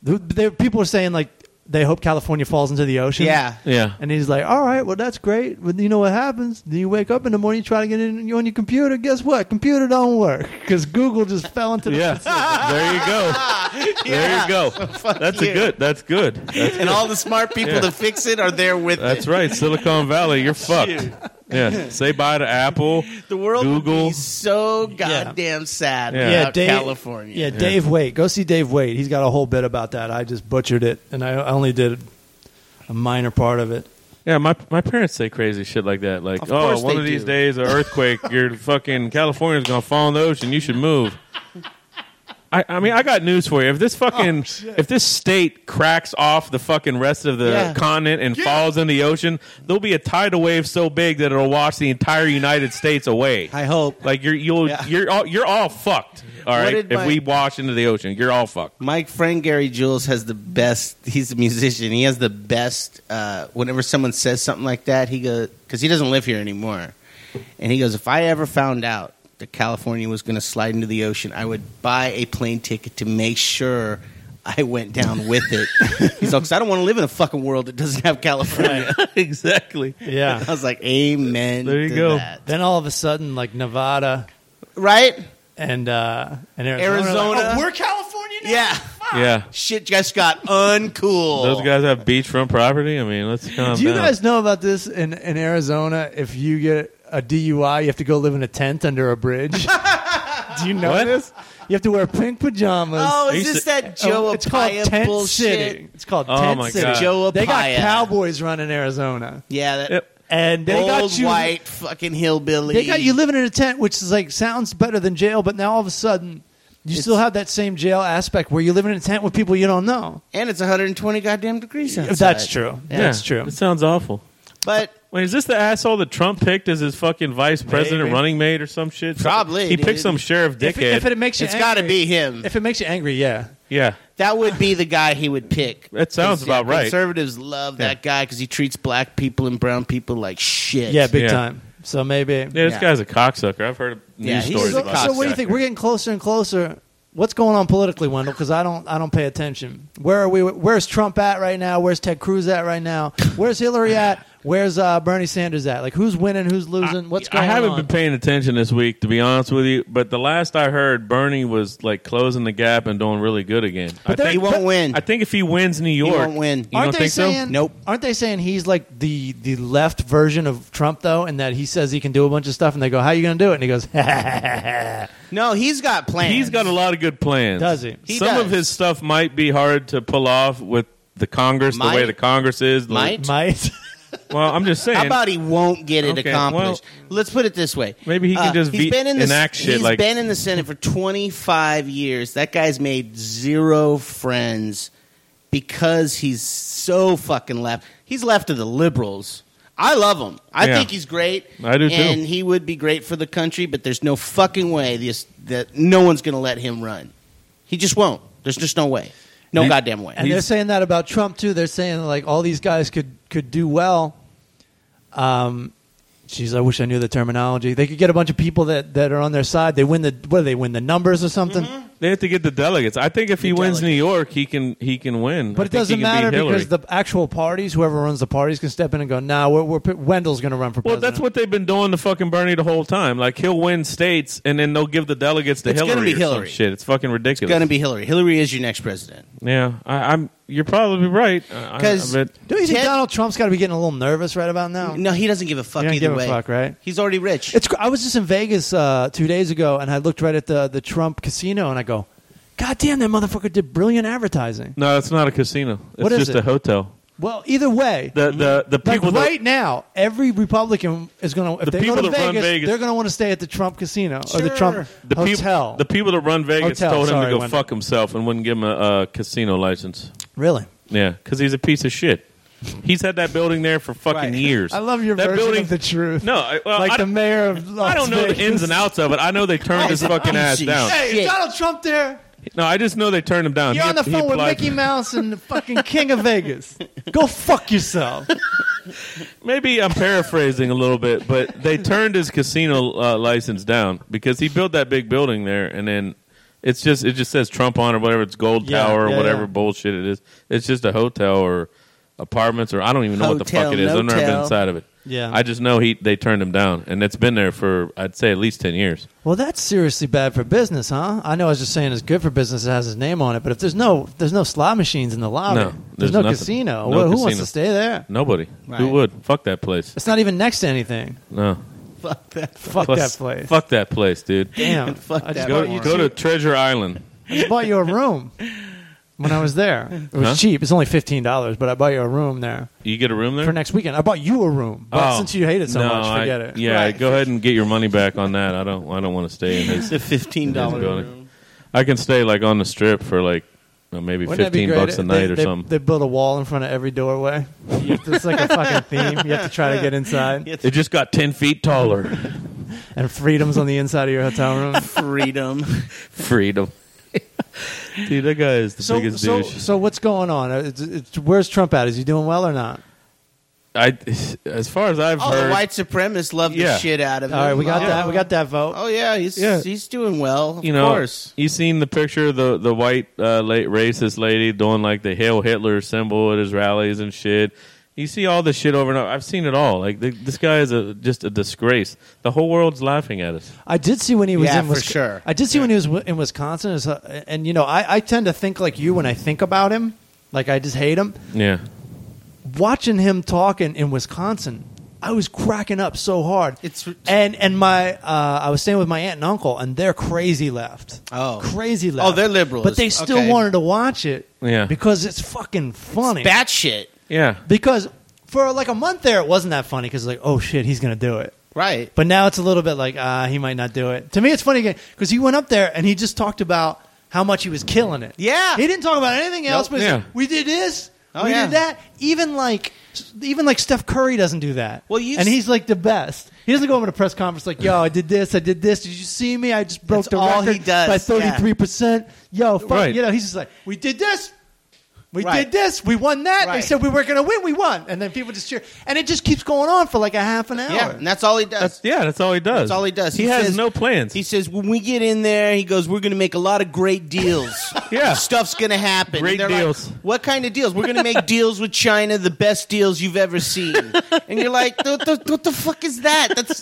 D: th- there- people are saying like they hope California falls into the ocean.
E: Yeah,
D: [LAUGHS]
C: Yeah.
D: And he's like, "All right, well, that's great. But you know what happens? Then you wake up in the morning, you try to get in on your computer. Guess what? Computer don't work because Google just fell into the
C: Yeah, there you go. There you go. That's
E: you.
C: a good. That's good. That's,
E: and all the smart people
C: Yeah.
E: to fix it are there with
C: that's
E: it.
C: right. Silicon Valley, you're fucked. Yeah. Say bye to Apple.
E: The world would
C: Google.
E: be so goddamn sad
C: Yeah.
E: about
D: yeah, Dave,
E: California.
D: Yeah, Dave Wait. Go see Dave Wait. He's got a whole bit about that. I just butchered it, and I only did a minor part of it.
C: Yeah, my my parents say crazy shit like that. Like,
E: Of
C: oh,
E: course
C: one
E: they
C: of these
E: do."
C: days,
E: [LAUGHS]
C: an earthquake, your fucking California's gonna fall in the ocean. You should move. I, I mean, I got news for you. If this
E: Oh,
C: fucking, if this state cracks off the fucking rest of the
E: Yeah.
C: continent and falls in the ocean, there'll be a tidal wave so big that it'll wash the entire United States away.
E: I hope.
C: Like you're you'll,
E: Yeah.
C: you're all you're all fucked. All right,
E: did
C: if
E: my-
C: we wash into the ocean, you're all fucked.
E: My friend Gary Jules has the best. He's a musician. He has the best. Uh, whenever someone says something like that, he goes because he doesn't live here anymore, and he goes, "If I ever found out that California was going to slide into the ocean, I would buy a plane ticket to make sure." I went down with
C: [LAUGHS]
E: it. He's like, 'Cause I don't want to live in a fucking world that doesn't have California. [LAUGHS] exactly.
D: Yeah.
E: I was like, amen.
C: There you
E: to
C: go.
E: that."
D: Then all of a sudden, like Nevada
E: Right?
D: and uh, and Arizona,
E: Arizona.
D: like,
E: Oh, we're California now? Yeah.
C: Yeah,
E: Shit just got uncool.
C: those guys have beachfront property. I mean, let's calm
D: Oh, Do you
C: down.
D: guys know about this in, in Arizona? If you get a DUI, you have to go live in a tent under a bridge.
E: [LAUGHS]
D: Do you know
C: What?
D: this? You have to wear pink pajamas.
E: Oh,
C: I
E: is
C: used
E: this
C: to-
E: that Joe
D: it's called
E: Apaya
D: tent
E: bullshit?
D: city. It's called
C: Oh
D: tent
C: my
D: city.
C: God.
E: Joe
D: They got
E: Apaya.
D: cowboys running Arizona.
E: Yeah, that,
C: Yep.
D: and they
E: Old
D: got you.
E: white fucking hillbilly.
D: They got you living in a tent, which is like sounds better than jail, but now all of a sudden you still have that same jail aspect where you're living in a tent with people you don't know.
E: and it's 120 goddamn degrees outside.
D: That's true.
E: Yeah.
D: That's true.
C: It sounds awful.
E: But
C: Wait, is this the asshole that Trump picked as his fucking vice president
D: Maybe.
C: running mate or some shit?
E: Probably,
C: He picked
E: dude.
C: some sheriff dickhead.
D: If, if it makes you,
E: it's got to
D: angry-
E: be him.
D: If it makes you angry, yeah.
C: yeah.
E: That would be the guy he would pick.
C: That sounds
E: 'Cause, yeah,
C: about right.
E: Conservatives love that guy because he treats black people and brown people like shit.
D: Yeah, big
C: Yeah.
D: time. So maybe.
C: Yeah, this
E: Yeah.
C: guy's a cocksucker. I've heard news
E: Yeah, he's
C: stories
D: so,
E: a
C: about
E: cocksucker.
D: so what do you think? We're getting closer and closer. What's going on politically, Wendell? Because I don't, I don't pay attention. Where are we? Where's Trump at right now? Where's Ted Cruz at right now? Where's Hillary at? Where's uh, Bernie Sanders at? Like, who's winning? Who's losing? What's going
C: I
D: on?
C: haven't been paying attention this week, to be honest with you. But the last I heard, Bernie was like closing the gap and doing really good again. I
D: they're-
C: think,
E: He won't win.
C: I think if he wins New York,
E: won't win.
C: You
D: aren't
C: don't
D: they
C: think
D: saying?
C: so?
E: Nope.
D: Aren't they saying he's like the the left version of Trump though, and that he says he can do a bunch of stuff, and they go, "How you going to do it?" And he goes, [LAUGHS]
E: No, he's got plans.
C: He's got a lot of good plans.
D: Does he?
E: He
C: Some
E: does.
C: of his stuff might be hard to pull off with the Congress, the way
E: Might.
C: the Congress is. the-
E: Might.
D: "Might."
C: Well, I'm just saying.
E: How about he won't get it
C: Okay,
E: accomplished? Let's put it this way: Uh,
C: Maybe he can just
E: he's
C: ve-
E: been in the,
C: enact shit
E: He's
C: like-
E: been in the Senate for 25 years. That guy's made zero friends because he's so fucking left. He's left to the liberals. I love him. I
C: Yeah.
E: think he's great.
C: I do, too.
E: And he would be great for the country, but there's no fucking way this, that no one's going to let him run. He just won't. There's just no way. No
C: And-
E: goddamn way.
D: And they're saying that about Trump too. They're saying like all these guys could could do well. Um, geez, I wish I knew the terminology. They could get a bunch of people that, that are on their side. They win the what do they win the numbers or something.
C: They have to get the delegates. I think if he wins New York, he can he can win. I
D: But it
C: think he
D: doesn't
C: can beat
D: matter
C: Hillary.
D: because the actual parties, whoever runs the parties, can step in and go. Nah, we're, we're Wendell's going to run for
C: well,
D: president.
C: that's what they've been doing to fucking Bernie the whole time. Like he'll win states, and then they'll give the delegates to
E: It's gonna be
C: Hillary. or some
E: Hillary.
C: shit. It's fucking
E: it's
C: ridiculous.
E: going to be Hillary. Hillary is your next president.
C: yeah, I, I'm. You're probably right. Because
E: 'Cause-
D: Don't you think
E: Ted-
D: Donald Trump's got to be getting a little nervous right about now?
E: No, he doesn't give a fuck
D: He don't
E: either
D: give a
E: way.
D: fuck, right?
E: He's already rich.
D: It's. cr- I was just in Vegas uh, two days ago, and I looked right at the the Trump casino, and I go, "God damn, that motherfucker did brilliant advertising."
C: no, it's not a casino. It's
D: What is
C: just
D: it?
C: a hotel.
D: Well, either way,
C: The the the
D: Like
C: people
D: right now, every Republican is going to if
C: The
D: they go
C: people
D: to
C: that run
D: Vegas,
C: Vegas-
D: they're going to want to stay at the Trump casino or the
E: Sure.
D: Trump
C: that, the peop-
D: hotel.
C: the people that run Vegas
D: Hotel,
C: told him
D: sorry,
C: to go
D: Wendell.
C: fuck himself and wouldn't give him a, a casino license.
D: really?
C: Yeah, because he's a piece of shit. He's had that building there for fucking
E: Right.
D: [LAUGHS]
C: years.
D: I love your
C: that
D: version
C: building.
D: of the truth.
C: no, I, well,
D: like
C: I,
D: the mayor of Las
C: I don't know the
D: Vegas.
C: ins and outs of it. I know they turned his fucking ass
E: Jesus.
C: down.
D: Hey, is
E: Shit.
D: Donald Trump there?
C: No, I just know they turned him down.
D: You're
C: He-
D: on the
C: he
D: phone with
C: applied-
D: Mickey Mouse and the fucking King of
C: [LAUGHS]
D: Vegas. Go fuck yourself.
C: Maybe I'm paraphrasing a little bit, but
D: [LAUGHS]
C: they turned his casino uh, license down because he built that big building there, and then it's just it just says Trump on or whatever. It's Gold
D: Yeah,
C: Tower or
D: yeah,
C: whatever
D: yeah.
C: bullshit it is. It's just a hotel or apartments or I don't even know what the
E: Hotel,
C: fuck it is. I've never been
E: motel.
C: inside of it.
D: Yeah.
C: I just know he they turned him down, and it's been there for I'd say at least ten years.
D: Well, that's seriously bad for business, huh? I know I was just saying it's good for business. It has his name on it, but if there's no there's no slot machines in the lobby,
C: No,
D: there's,
C: there's
D: no
C: nothing.
D: casino.
C: No
D: Who wants
C: casino.
D: to stay there?
C: Nobody
E: Right.
C: who would fuck that place.
D: It's not even next to anything.
C: No,
E: [LAUGHS] fuck that.
D: Fuck
C: Plus-
D: that place.
C: Fuck that place, dude. [LAUGHS]
D: Damn.
E: Fuck
D: I just bought
E: that
C: Go,
E: moron.
D: you
C: go to Treasure Island.
D: I just bought you a room when I was there. It was
C: Huh?
D: cheap. It's only fifteen dollars, but I bought you a room there
C: You get a room there
D: for next weekend. I bought you a room, but
C: Oh.
D: since you hate it so
C: No,
D: much, forget
C: I,
D: it.
C: Yeah,
E: Right.
C: go ahead and get your money back on that. I don't. I don't want to stay in [LAUGHS] his.
E: It's a fifteen dollar
C: Building.
E: room.
C: I can stay like on the strip for like uh, maybe
D: Wouldn't that be
C: fifteen
D: great?
C: bucks a
D: They-
C: night or
D: they,
C: something.
D: They build a wall in front of every doorway. [LAUGHS] You have to- It's like a fucking theme. You have to try to get inside,
C: it just got ten feet taller.
D: and freedom's on the inside of your hotel room.
E: Freedom.
C: Freedom. [LAUGHS] Dude, that guy is
D: [LAUGHS]
C: the
D: So,
C: biggest
D: so,
C: douche.
D: so what's going on? Uh, It's, it's, where's Trump at? Is he doing well or not?
C: I, as far as I've
E: All
C: heard,
E: the white supremacists love
C: Yeah.
E: the shit out of him.
D: All right, we got
E: oh,
D: that. We got that vote.
E: Oh yeah, he's
C: Yeah.
E: he's doing well. Of
C: you know,
E: course.
C: you seen the picture of the the white uh, late racist lady doing like the "Hail Hitler" symbol at his rallies and shit. You see all this shit over and over. I've seen it all. Like th this guy is a, just a disgrace. The whole world's laughing at us.
D: I did see when he was
E: Yeah,
D: in
E: for
D: Wisc-
E: sure.
D: I did see when he was w- in Wisconsin, is, uh, and you know, I, I tend to think like you when I think about him, like I just hate him.
C: Yeah,
D: Watching him talking in Wisconsin, I was cracking up so hard.
E: It's-
D: and and my uh, I was staying with my aunt and uncle, and they're crazy left.
E: Oh.
D: crazy left.
E: Oh, they're liberals.
D: but they still
E: Okay.
D: wanted to watch it.
C: Yeah.
D: because it's fucking funny.
E: Bat shit.
C: yeah.
D: because for like a month there, it wasn't that funny because like, oh shit, he's gonna do it.
E: Right.
D: But now it's a little bit like, ah, he might not do it. To me, it's funny again because he went up there and he just talked about how much he was killing it.
E: Yeah.
D: he didn't talk about anything else. But he's
C: Yeah.
D: like, we did this,
E: Oh,
D: we
E: yeah.
D: did that. Even like, even like Steph Curry doesn't do that.
E: Well, you-
D: and he's like the best. He doesn't go over to press conference like, yo, I did this, I did this. Did you see me? I just broke the
E: That's all
D: record
E: he does,
D: by
E: yeah.
D: thirty three percent. Yo, fuck,
C: Right.
D: you know, he's just like, we did this. We
E: Right.
D: did this. We won that. They
E: Right.
D: said we were going to win. We won, and then people just cheer, and it just keeps going on for like a half an hour.
E: Yeah, and that's all he does.
C: That's, yeah, that's all he does.
E: That's all he does.
C: He,
E: He
C: has
E: says-
C: no plans.
E: He says, when we get in there, he goes, we're going to make a lot of great deals.
C: [LAUGHS] Yeah.
E: Stuff's going to happen.
C: Great
E: And they're like,
C: deals.
E: what kind of deals? We're going to make
C: [LAUGHS]
E: deals with China, the best deals you've ever seen. and you're like, "Th- th- what the fuck is that? That's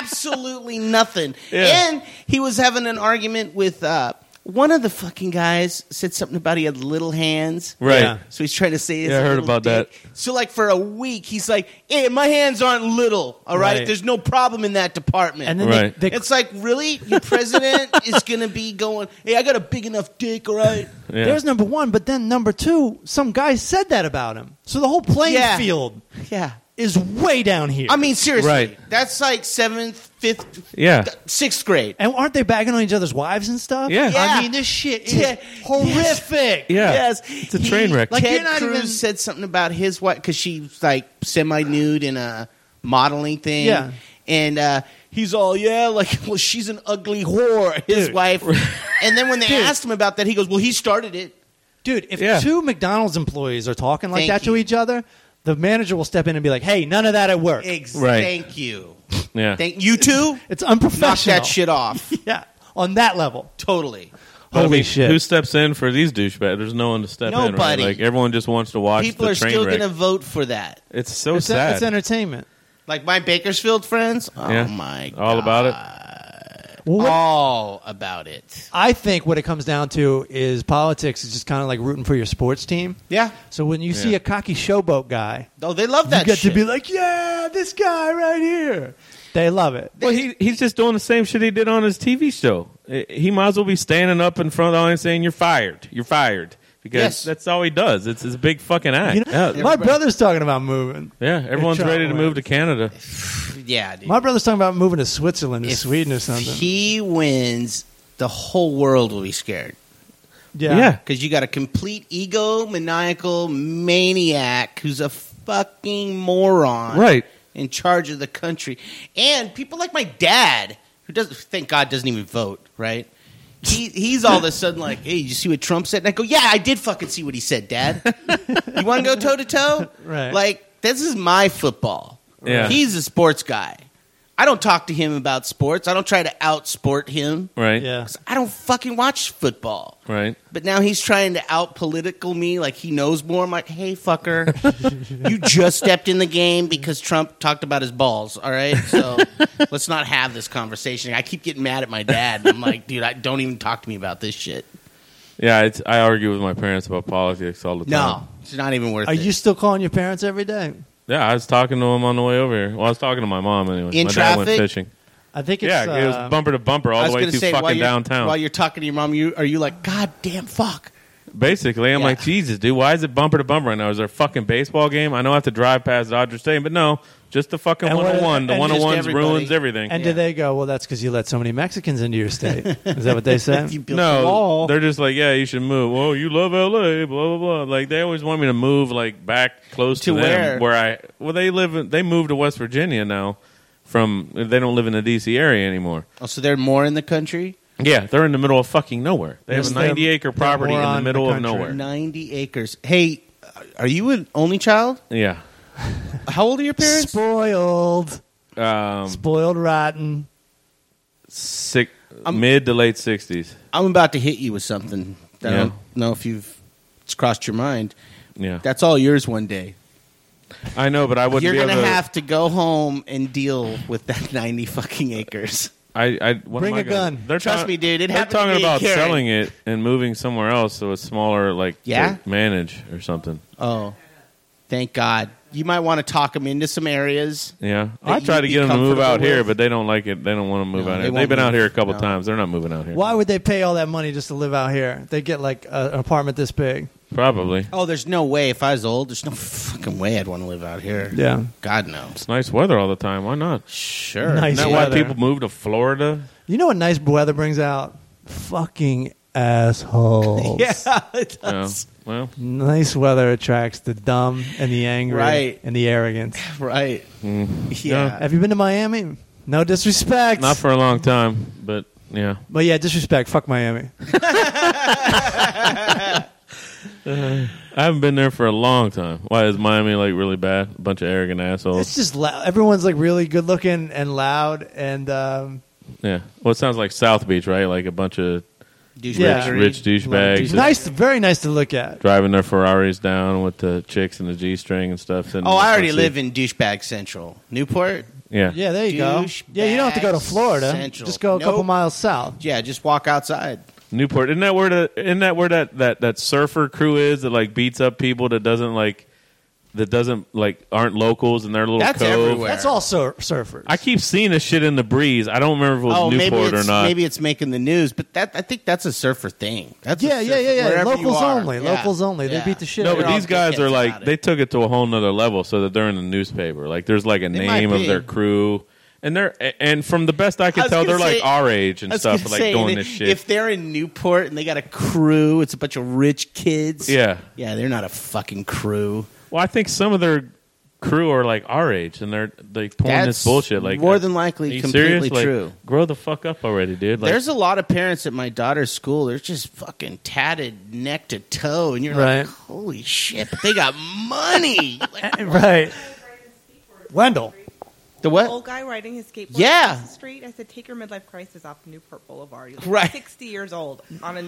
E: absolutely nothing.
C: Yeah.
E: And he was having an argument with uh, one of the fucking guys said something about he had little hands.
C: right.
D: Yeah.
E: So he's trying to say, it's
C: Yeah, I
E: a
C: heard
E: little
C: about
E: dick.
C: that.
E: So like for a week, he's like, "Hey, my hands aren't little. All right,
D: Right.
E: there's no problem in that department."
D: And then
C: Right.
D: they, they,
E: It's like, really? Your
C: [LAUGHS]
E: president is going to be going, hey, I got a big enough dick, all right?
C: Yeah.
D: there's number one, but then number two, some guy said that about him. So the whole playing
E: Yeah.
D: field
E: Yeah.
D: is way down here.
E: I mean, seriously.
C: Right.
E: That's like seventh, fifth,
C: Yeah.
E: th- sixth grade.
D: and aren't they bagging on each other's wives and stuff?
C: Yeah.
D: I
E: Yeah.
D: mean, this shit is
E: Yeah.
D: horrific.
C: Yeah.
E: Yes.
C: It's a train wreck.
E: Like,
D: Like,
E: Ted
D: you're not
E: Cruz
D: even-
E: said something about his wife because she's like semi nude in a modeling thing.
D: Yeah.
E: And uh, he's all, yeah, like, [LAUGHS] well, she's an ugly whore, his
D: Dude.
C: [LAUGHS]
E: wife. and then when they
D: Dude.
E: asked him about that, he goes, well, he started it.
D: Dude, if
C: Yeah.
D: two McDonald's employees are talking like
E: Thank
D: that to
E: you.
D: each other, the manager will step in and be like, "Hey, none of that at work.
E: Ex-
C: Right.
E: Thank you.
C: Yeah.
E: Thank you, too.
D: It's
E: Knock
D: unprofessional."
E: that shit off.
D: [LAUGHS] Yeah, on that level.
E: totally.
C: But I
D: Holy
C: mean,
D: shit.
C: Who steps in for these douchebags? There's no one to step in. Right?
E: Nobody.
C: Like everyone just wants to watch
E: people
C: the
E: are
C: train
E: still
C: wreck.
E: going to vote for that.
C: It's so
D: it's,
C: sad.
D: it's entertainment.
E: Like my Bakersfield friends. Oh
C: Yeah.
E: my god.
C: All about it.
D: Well, what-
E: All about it.
D: I think what it comes down to is politics is just kind of like rooting for your sports team.
E: Yeah.
D: So when you see
C: Yeah.
D: a cocky showboat guy,
E: Oh, they love
D: you
E: that
D: get
E: shit.
D: to be like, "Yeah, this guy right here." They love it.
C: Well, he, he's just doing the same shit he did on his TV show. Eh, He might as well be standing up in front of the audience saying, "You're fired. You're fired." Because
E: Yes.
C: that's all he does. It's his big fucking act.
D: You know,
C: yeah,
D: my brother's talking about moving.
C: yeah, everyone's
D: Good job,
C: ready to
D: Lance.
C: move to Canada.
E: yeah, dude.
D: My brother's talking about moving to Switzerland or
E: If
D: Sweden or something.
E: He wins, the whole world will be scared.
D: yeah.
C: Yeah.
E: Because you got a complete egomaniacal maniac who's a fucking moron.
C: Right.
E: In charge of the country. And people like my dad, who doesn't thank God doesn't even vote, right? He, he's all of a sudden like, hey, you see what Trump said? And I go, yeah, I did fucking see what he said, Dad. you want to go toe to toe?
D: Right.
E: Like, this is my football.
C: Yeah.
E: He's a sports guy. I don't talk to him about sports. I don't try to outsport him.
C: Right.
D: Yeah.
E: 'Cause I don't fucking watch football.
C: Right.
E: But now he's trying to out political me, like he knows more. I'm like, hey, fucker, you just stepped in the game because Trump talked about his balls. All right, so let's not have this conversation. I keep getting mad at my dad. and I'm like, dude, I, don't even talk to me about this shit.
C: Yeah. It's, I argue with my parents about politics all the time.
E: No, it's not even worth
D: Are
E: it.
D: you still calling your parents every day?
C: Yeah, I was talking to him on the way over here. Well, I was talking to my mom anyway.
E: In
C: my dad
E: traffic?
C: went fishing.
D: I think it's
C: Yeah, it
D: uh,
C: was bumper to bumper
E: I
C: all
E: was
C: the way
E: gonna
C: through
E: say, while
C: fucking
E: you're,
C: downtown.
E: While you're talking to your mom, you are you like, god damn, fuck.
C: Basically, I'm
E: Yeah.
C: like, Jesus, dude, why is it bumper to bumper right now? Is there a fucking baseball game? I know I have to drive past Dodger Stadium, but no, just the fucking
D: And what-
C: 101. The
D: and just
C: 101s
E: everybody.
C: ruins everything.
D: And do they go, well, that's because you let so many Mexicans into your state? Is that what
E: [LAUGHS]
D: they said?
E: You built
C: no,
E: a wall.
C: they're just like, yeah, you should move. Oh, you love LA, blah blah blah. Like they always want me to move like back close to,
E: To
C: them,
E: where?
C: where I well they live. In, they moved to West Virginia now. From they don't live in the D.C. area anymore.
E: Oh, so they're more in the country.
C: Yeah, they're in the middle of fucking nowhere. They
D: Yes,
C: have a
D: they're-
C: 90 acre
D: they're
C: property in
D: moron
C: the
D: in the
C: middle of
D: country.
C: nowhere.
E: Ninety acres. Hey, uh, are you an only child?
C: Yeah.
E: How old are your parents?
D: Spoiled.
C: Um,
D: Spoiled rotten.
C: sick, mid to late 60s.
E: I'm about to hit you with something that I
C: Yeah.
E: don't know if you've it's crossed your mind.
C: Yeah.
E: That's all yours one day.
C: I know, but I wouldn't
E: You're
C: be
E: gonna
C: able to.
E: have to go home and deal with that [LAUGHS] ninety fucking acres.
C: I, I what
D: Bring
C: am I
D: a
C: gonna-
D: gun.
C: They're
E: Trust
C: talk-
E: me, dude, it
C: they're
E: happened to
C: talking
E: me,
C: about
E: Karen.
C: selling it and moving somewhere else, so it's smaller, like
E: Yeah?
C: to manage or something.
E: Oh, thank God. You might want to talk them into some areas.
C: Yeah,
E: That
C: I try
E: you'd
C: to
E: be
C: get them to move
E: comfortable
C: out here,
E: with?
C: but they don't like it. They don't want to move
E: No,
C: out
E: they
C: here. They've
E: won't
C: been out
E: move.
C: here a couple
E: No.
C: times. They're not moving out here.
D: Why would they pay all that money just to live out here? They get like a, an apartment this big.
C: Probably.
E: Oh, there's no way. If I was old, there's no fucking way I'd want to live out here.
D: Yeah.
E: God knows.
C: It's nice weather all the time. Why not?
E: Sure.
D: Nice.
C: Isn't that [LAUGHS] why
D: weather.
C: people move
E: [LAUGHS]
C: to Florida?
D: You know what nice weather brings out? Fucking assholes.
E: [LAUGHS] Yeah, it
C: No.
E: does.
C: Well,
D: Nice weather attracts the dumb and the angry
E: Right.
D: and the arrogant.
E: Right.
C: Mm. Yeah.
E: Yeah.
D: Have you been to Miami? No disrespect.
C: not for a long time, but yeah.
D: but yeah, disrespect. Fuck Miami.
C: I haven't been there for a long time. Why is Miami like really bad? A bunch of arrogant assholes.
D: It's just loud. Everyone's like really good looking and loud and um,
C: Yeah. Well, it sounds like South Beach, right? Like a bunch of
E: Douchebaggery.
D: Yeah.
C: rich douchebags that
D: nice, very nice to look at.
C: driving their Ferraris down with the chicks and the G string and stuff. sitting
E: Oh,
C: in the
E: I
C: front
E: already
C: seat.
E: live in douchebag central, Newport.
C: Yeah.
D: Yeah, there you go. Yeah, you don't have to go to
E: Douchebag
D: Florida.
E: Central.
D: Just go a couple
E: Nope.
D: miles south.
E: Yeah, just walk outside.
C: Newport. Isn't that where the, isn't that where that, that that surfer crew is that like beats up people that doesn't like that doesn't like aren't locals and their little
E: That's
C: cove?
E: everywhere.
D: That's all sur- surfers.
C: I keep seeing this shit in the breeze. I don't remember if it was
E: Oh, maybe
C: Newport
E: it's,
C: or not.
E: maybe it's making the news, but that I think that's a surfer thing. That's a
D: yeah, yeah, yeah,
E: surfer-
D: yeah.
E: wherever you
D: Locals
E: are.
D: only.
E: Yeah.
D: Locals only.
E: Yeah.
D: They beat the shit.
C: no,
D: out
C: but
E: they're
C: these
E: all
C: guys
E: dickheads
C: are
E: about
C: like
E: it.
C: they took it to a whole nother level so that they're in the newspaper. Like there's like a
E: They might
C: name of
E: be.
C: their crew. And they're a- and from the best I
E: I
C: could
E: was
C: tell,
E: gonna
C: they're
E: say-
C: like our age and
E: I was
C: stuff,
E: gonna
C: like
E: say,
C: doing
E: they-
C: this shit.
E: If they're in Newport and they got a crew, it's a bunch of rich kids.
C: yeah.
E: yeah, they're not a fucking crew.
C: Well, I think some of their crew are like our age, and they're they pouring
E: That's
C: this bullshit. Like uh,
E: more than likely
C: are you
E: completely
C: serious? Like,
E: true.
C: grow the fuck up already, dude. Like,
E: There's a lot of parents at my daughter's school. They're just fucking tatted neck to toe, and you're
D: Right.
E: like, "Holy shit!" But they got
D: [LAUGHS]
E: money.
C: [LAUGHS]
E: Like,
D: right. Wendell.
E: the what?
F: Old guy riding his skateboard
E: Yeah.
F: across the street. I said, "Take your midlife crisis off Newport Boulevard." He was
E: Right.
F: sixty years old on a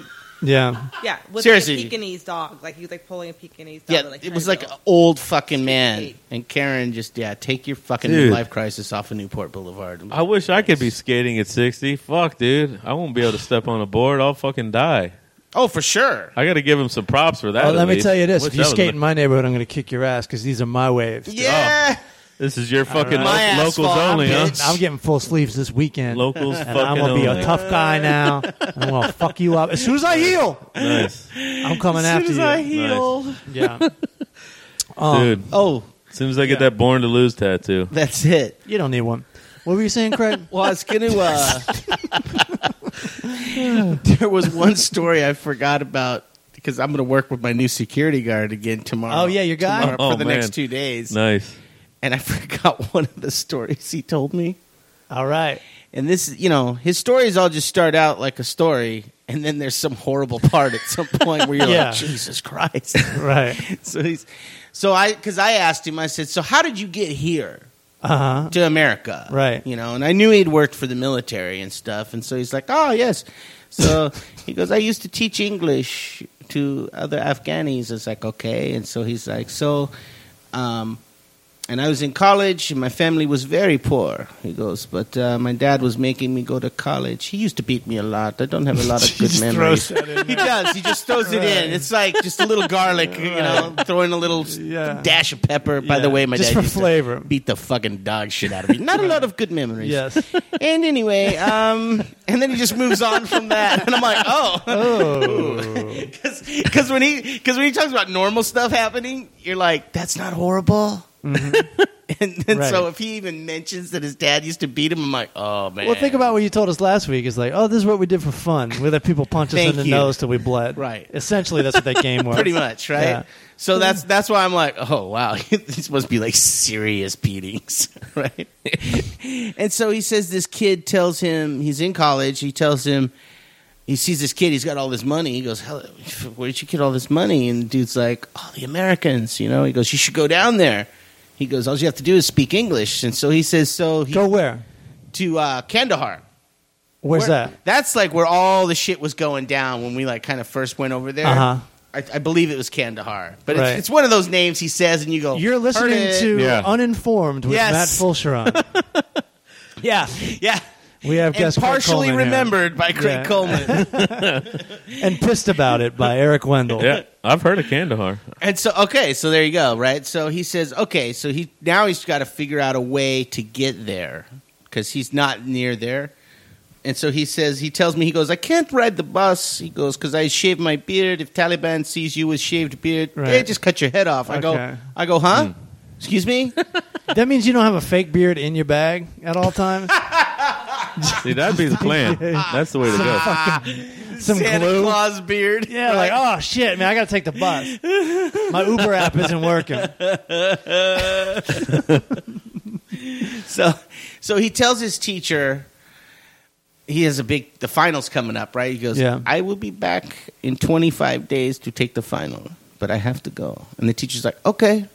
D: Yeah.
F: yeah with
E: Seriously.
F: like a Pekingese dog. Like he was like pulling a Pekingese dog.
E: Yeah,
F: and, like,
E: it
F: trying
E: was
F: to
E: like
F: go.
E: an old fucking man.
F: Skate.
E: And Karen just yeah, take your fucking
C: Dude.
E: life crisis off of Newport Boulevard.
C: I wish I could be skating at sixty. Fuck, dude, I won't be able to step on a board. I'll fucking die.
E: [LAUGHS] Oh, for sure.
C: I got to give him some props for that.
D: Well,
C: at
D: let me
C: least.
D: tell you this:
C: Wish
D: if you
C: that was
D: skate in
C: the-
D: my neighborhood, I'm going to kick your ass because these are my waves.
E: Yeah,
C: this is your fucking
D: know.
C: lo-
E: My ass
C: locals
E: fault. I'm
C: only, huh?
E: bitch.
D: I'm getting full sleeves this weekend.
C: [LAUGHS] Locals
D: and I'm
C: fucking
D: gonna
C: only.
D: be a tough guy now. I'm gonna fuck you up as soon as I heal.
C: nice,
D: I'm coming after you.
C: heal. [LAUGHS]
D: yeah, Um,
C: dude.
E: Oh,
C: As soon as I get that born to lose tattoo,
E: that's it.
D: you don't need one. What were you saying,
E: [LAUGHS]
D: Craig?
E: Well, I was gonna. Uh, [LAUGHS] there was one story I forgot about because I'm gonna work with my new security guard again tomorrow.
D: Oh, yeah, your guy?
E: tomorrow
C: Oh,
E: for the
C: man.
E: next two days,
C: nice.
E: and I [LAUGHS] forgot one of the stories he told me.
D: All right,
E: And this, you know, his stories all just start out like a story, and then there's some horrible part at some point where you're
D: Yeah.
E: like, Jesus Christ.
D: right.
E: [LAUGHS] so he's, so I, because I asked him, I said, so how did you get here?
D: Uh huh.
E: to America.
D: Right.
E: You know, and I knew he'd worked for the military and stuff. And so he's like, oh, yes.
D: [LAUGHS]
E: So he goes, I used to teach English to other Afghanis. It's like, okay. And so he's like, so, um, and I was in college, and my family was very poor. He goes, but uh, my dad was making me go to college. He used to beat me a lot. I don't have a lot
D: [LAUGHS]
E: of good memories. He does. He just throws it in. It's like just a little garlic, you know, throwing a little
D: Yeah.
E: dash of pepper. [LAUGHS] By the
D: Yeah.
E: way, my
D: Just
E: dad
D: for
E: used to
D: flavor.
E: beat the fucking dog shit out of me. Not a lot of good memories. [LAUGHS]
D: Yes.
E: And anyway, um, and then he just moves on from that, and I'm like, oh, [LAUGHS]
D: Oh,
E: because when he because when he talks about normal stuff happening, you're like, that's not horrible. [LAUGHS] and then so
D: Mm-hmm. Right.
E: if he even mentions that his dad used to beat him, I'm like, oh man.
D: well, think about what you told us last week. Is like, oh, this is what we did for fun. We let people punch us
E: Thank
D: in the
E: you.
D: nose till we bled.
E: Right.
D: Essentially, that's what that
E: [LAUGHS]
D: game was.
E: pretty much, right?
D: Yeah.
E: So that's that's why I'm like, oh wow, [LAUGHS] these must be like serious beatings, [LAUGHS] right? and so he says this kid tells him he's in college. He tells him he sees this kid. He's got all this money. He goes, Hello, where did you get all this money? And the dude's like, oh, the Americans, you know. He goes, you should go down there. He goes, all you have to do is speak English. And so he says, so he,
D: Go where?
E: to uh, Kandahar.
D: Where's
E: Where-
D: that?
E: That's like where all the shit was going down when we like kind of first went over there.
D: Uh-huh.
E: I, I believe it was Kandahar, but
D: Right.
E: it's, it's one of those names he says, and you go,
D: You're
E: "Heard
D: listening
E: it."
D: to
C: Yeah.
D: Uninformed with
E: Yes.
D: Matt [LAUGHS] Fulcheron.
E: yeah, yeah."
D: We have
E: And
D: guest Craig
E: partially
D: Coleman here.
E: remembered by Craig
D: Yeah.
E: Coleman,
D: [LAUGHS] and pissed about it by Eric Wendell.
C: Yeah, I've heard of Kandahar.
E: and so okay, so there you go, right? So he says, okay, so he now he's got to figure out a way to get there because he's not near there, And so he says, he tells me, he goes, I can't ride the bus. He goes, because I shave my beard. If Taliban sees you with shaved beard, they
D: Right.
E: just cut your head off. I
D: Okay. Hmm.
E: go, I go, huh? Excuse me?
D: That means you don't have a fake beard in your bag at all times.
C: See, that'd be the plan. [LAUGHS] That's the way to go.
D: [LAUGHS] Some
E: Santa
D: glue.
E: Claus beard.
D: [LAUGHS] Yeah, like oh shit, man, I gotta take the bus. My Uber app isn't working.
E: So, so he tells his teacher he has a big the finals coming up, right? He goes,
D: Yeah.
E: "I will be back in 25 days to take the final, but I have to go." And the teacher's like, "Okay,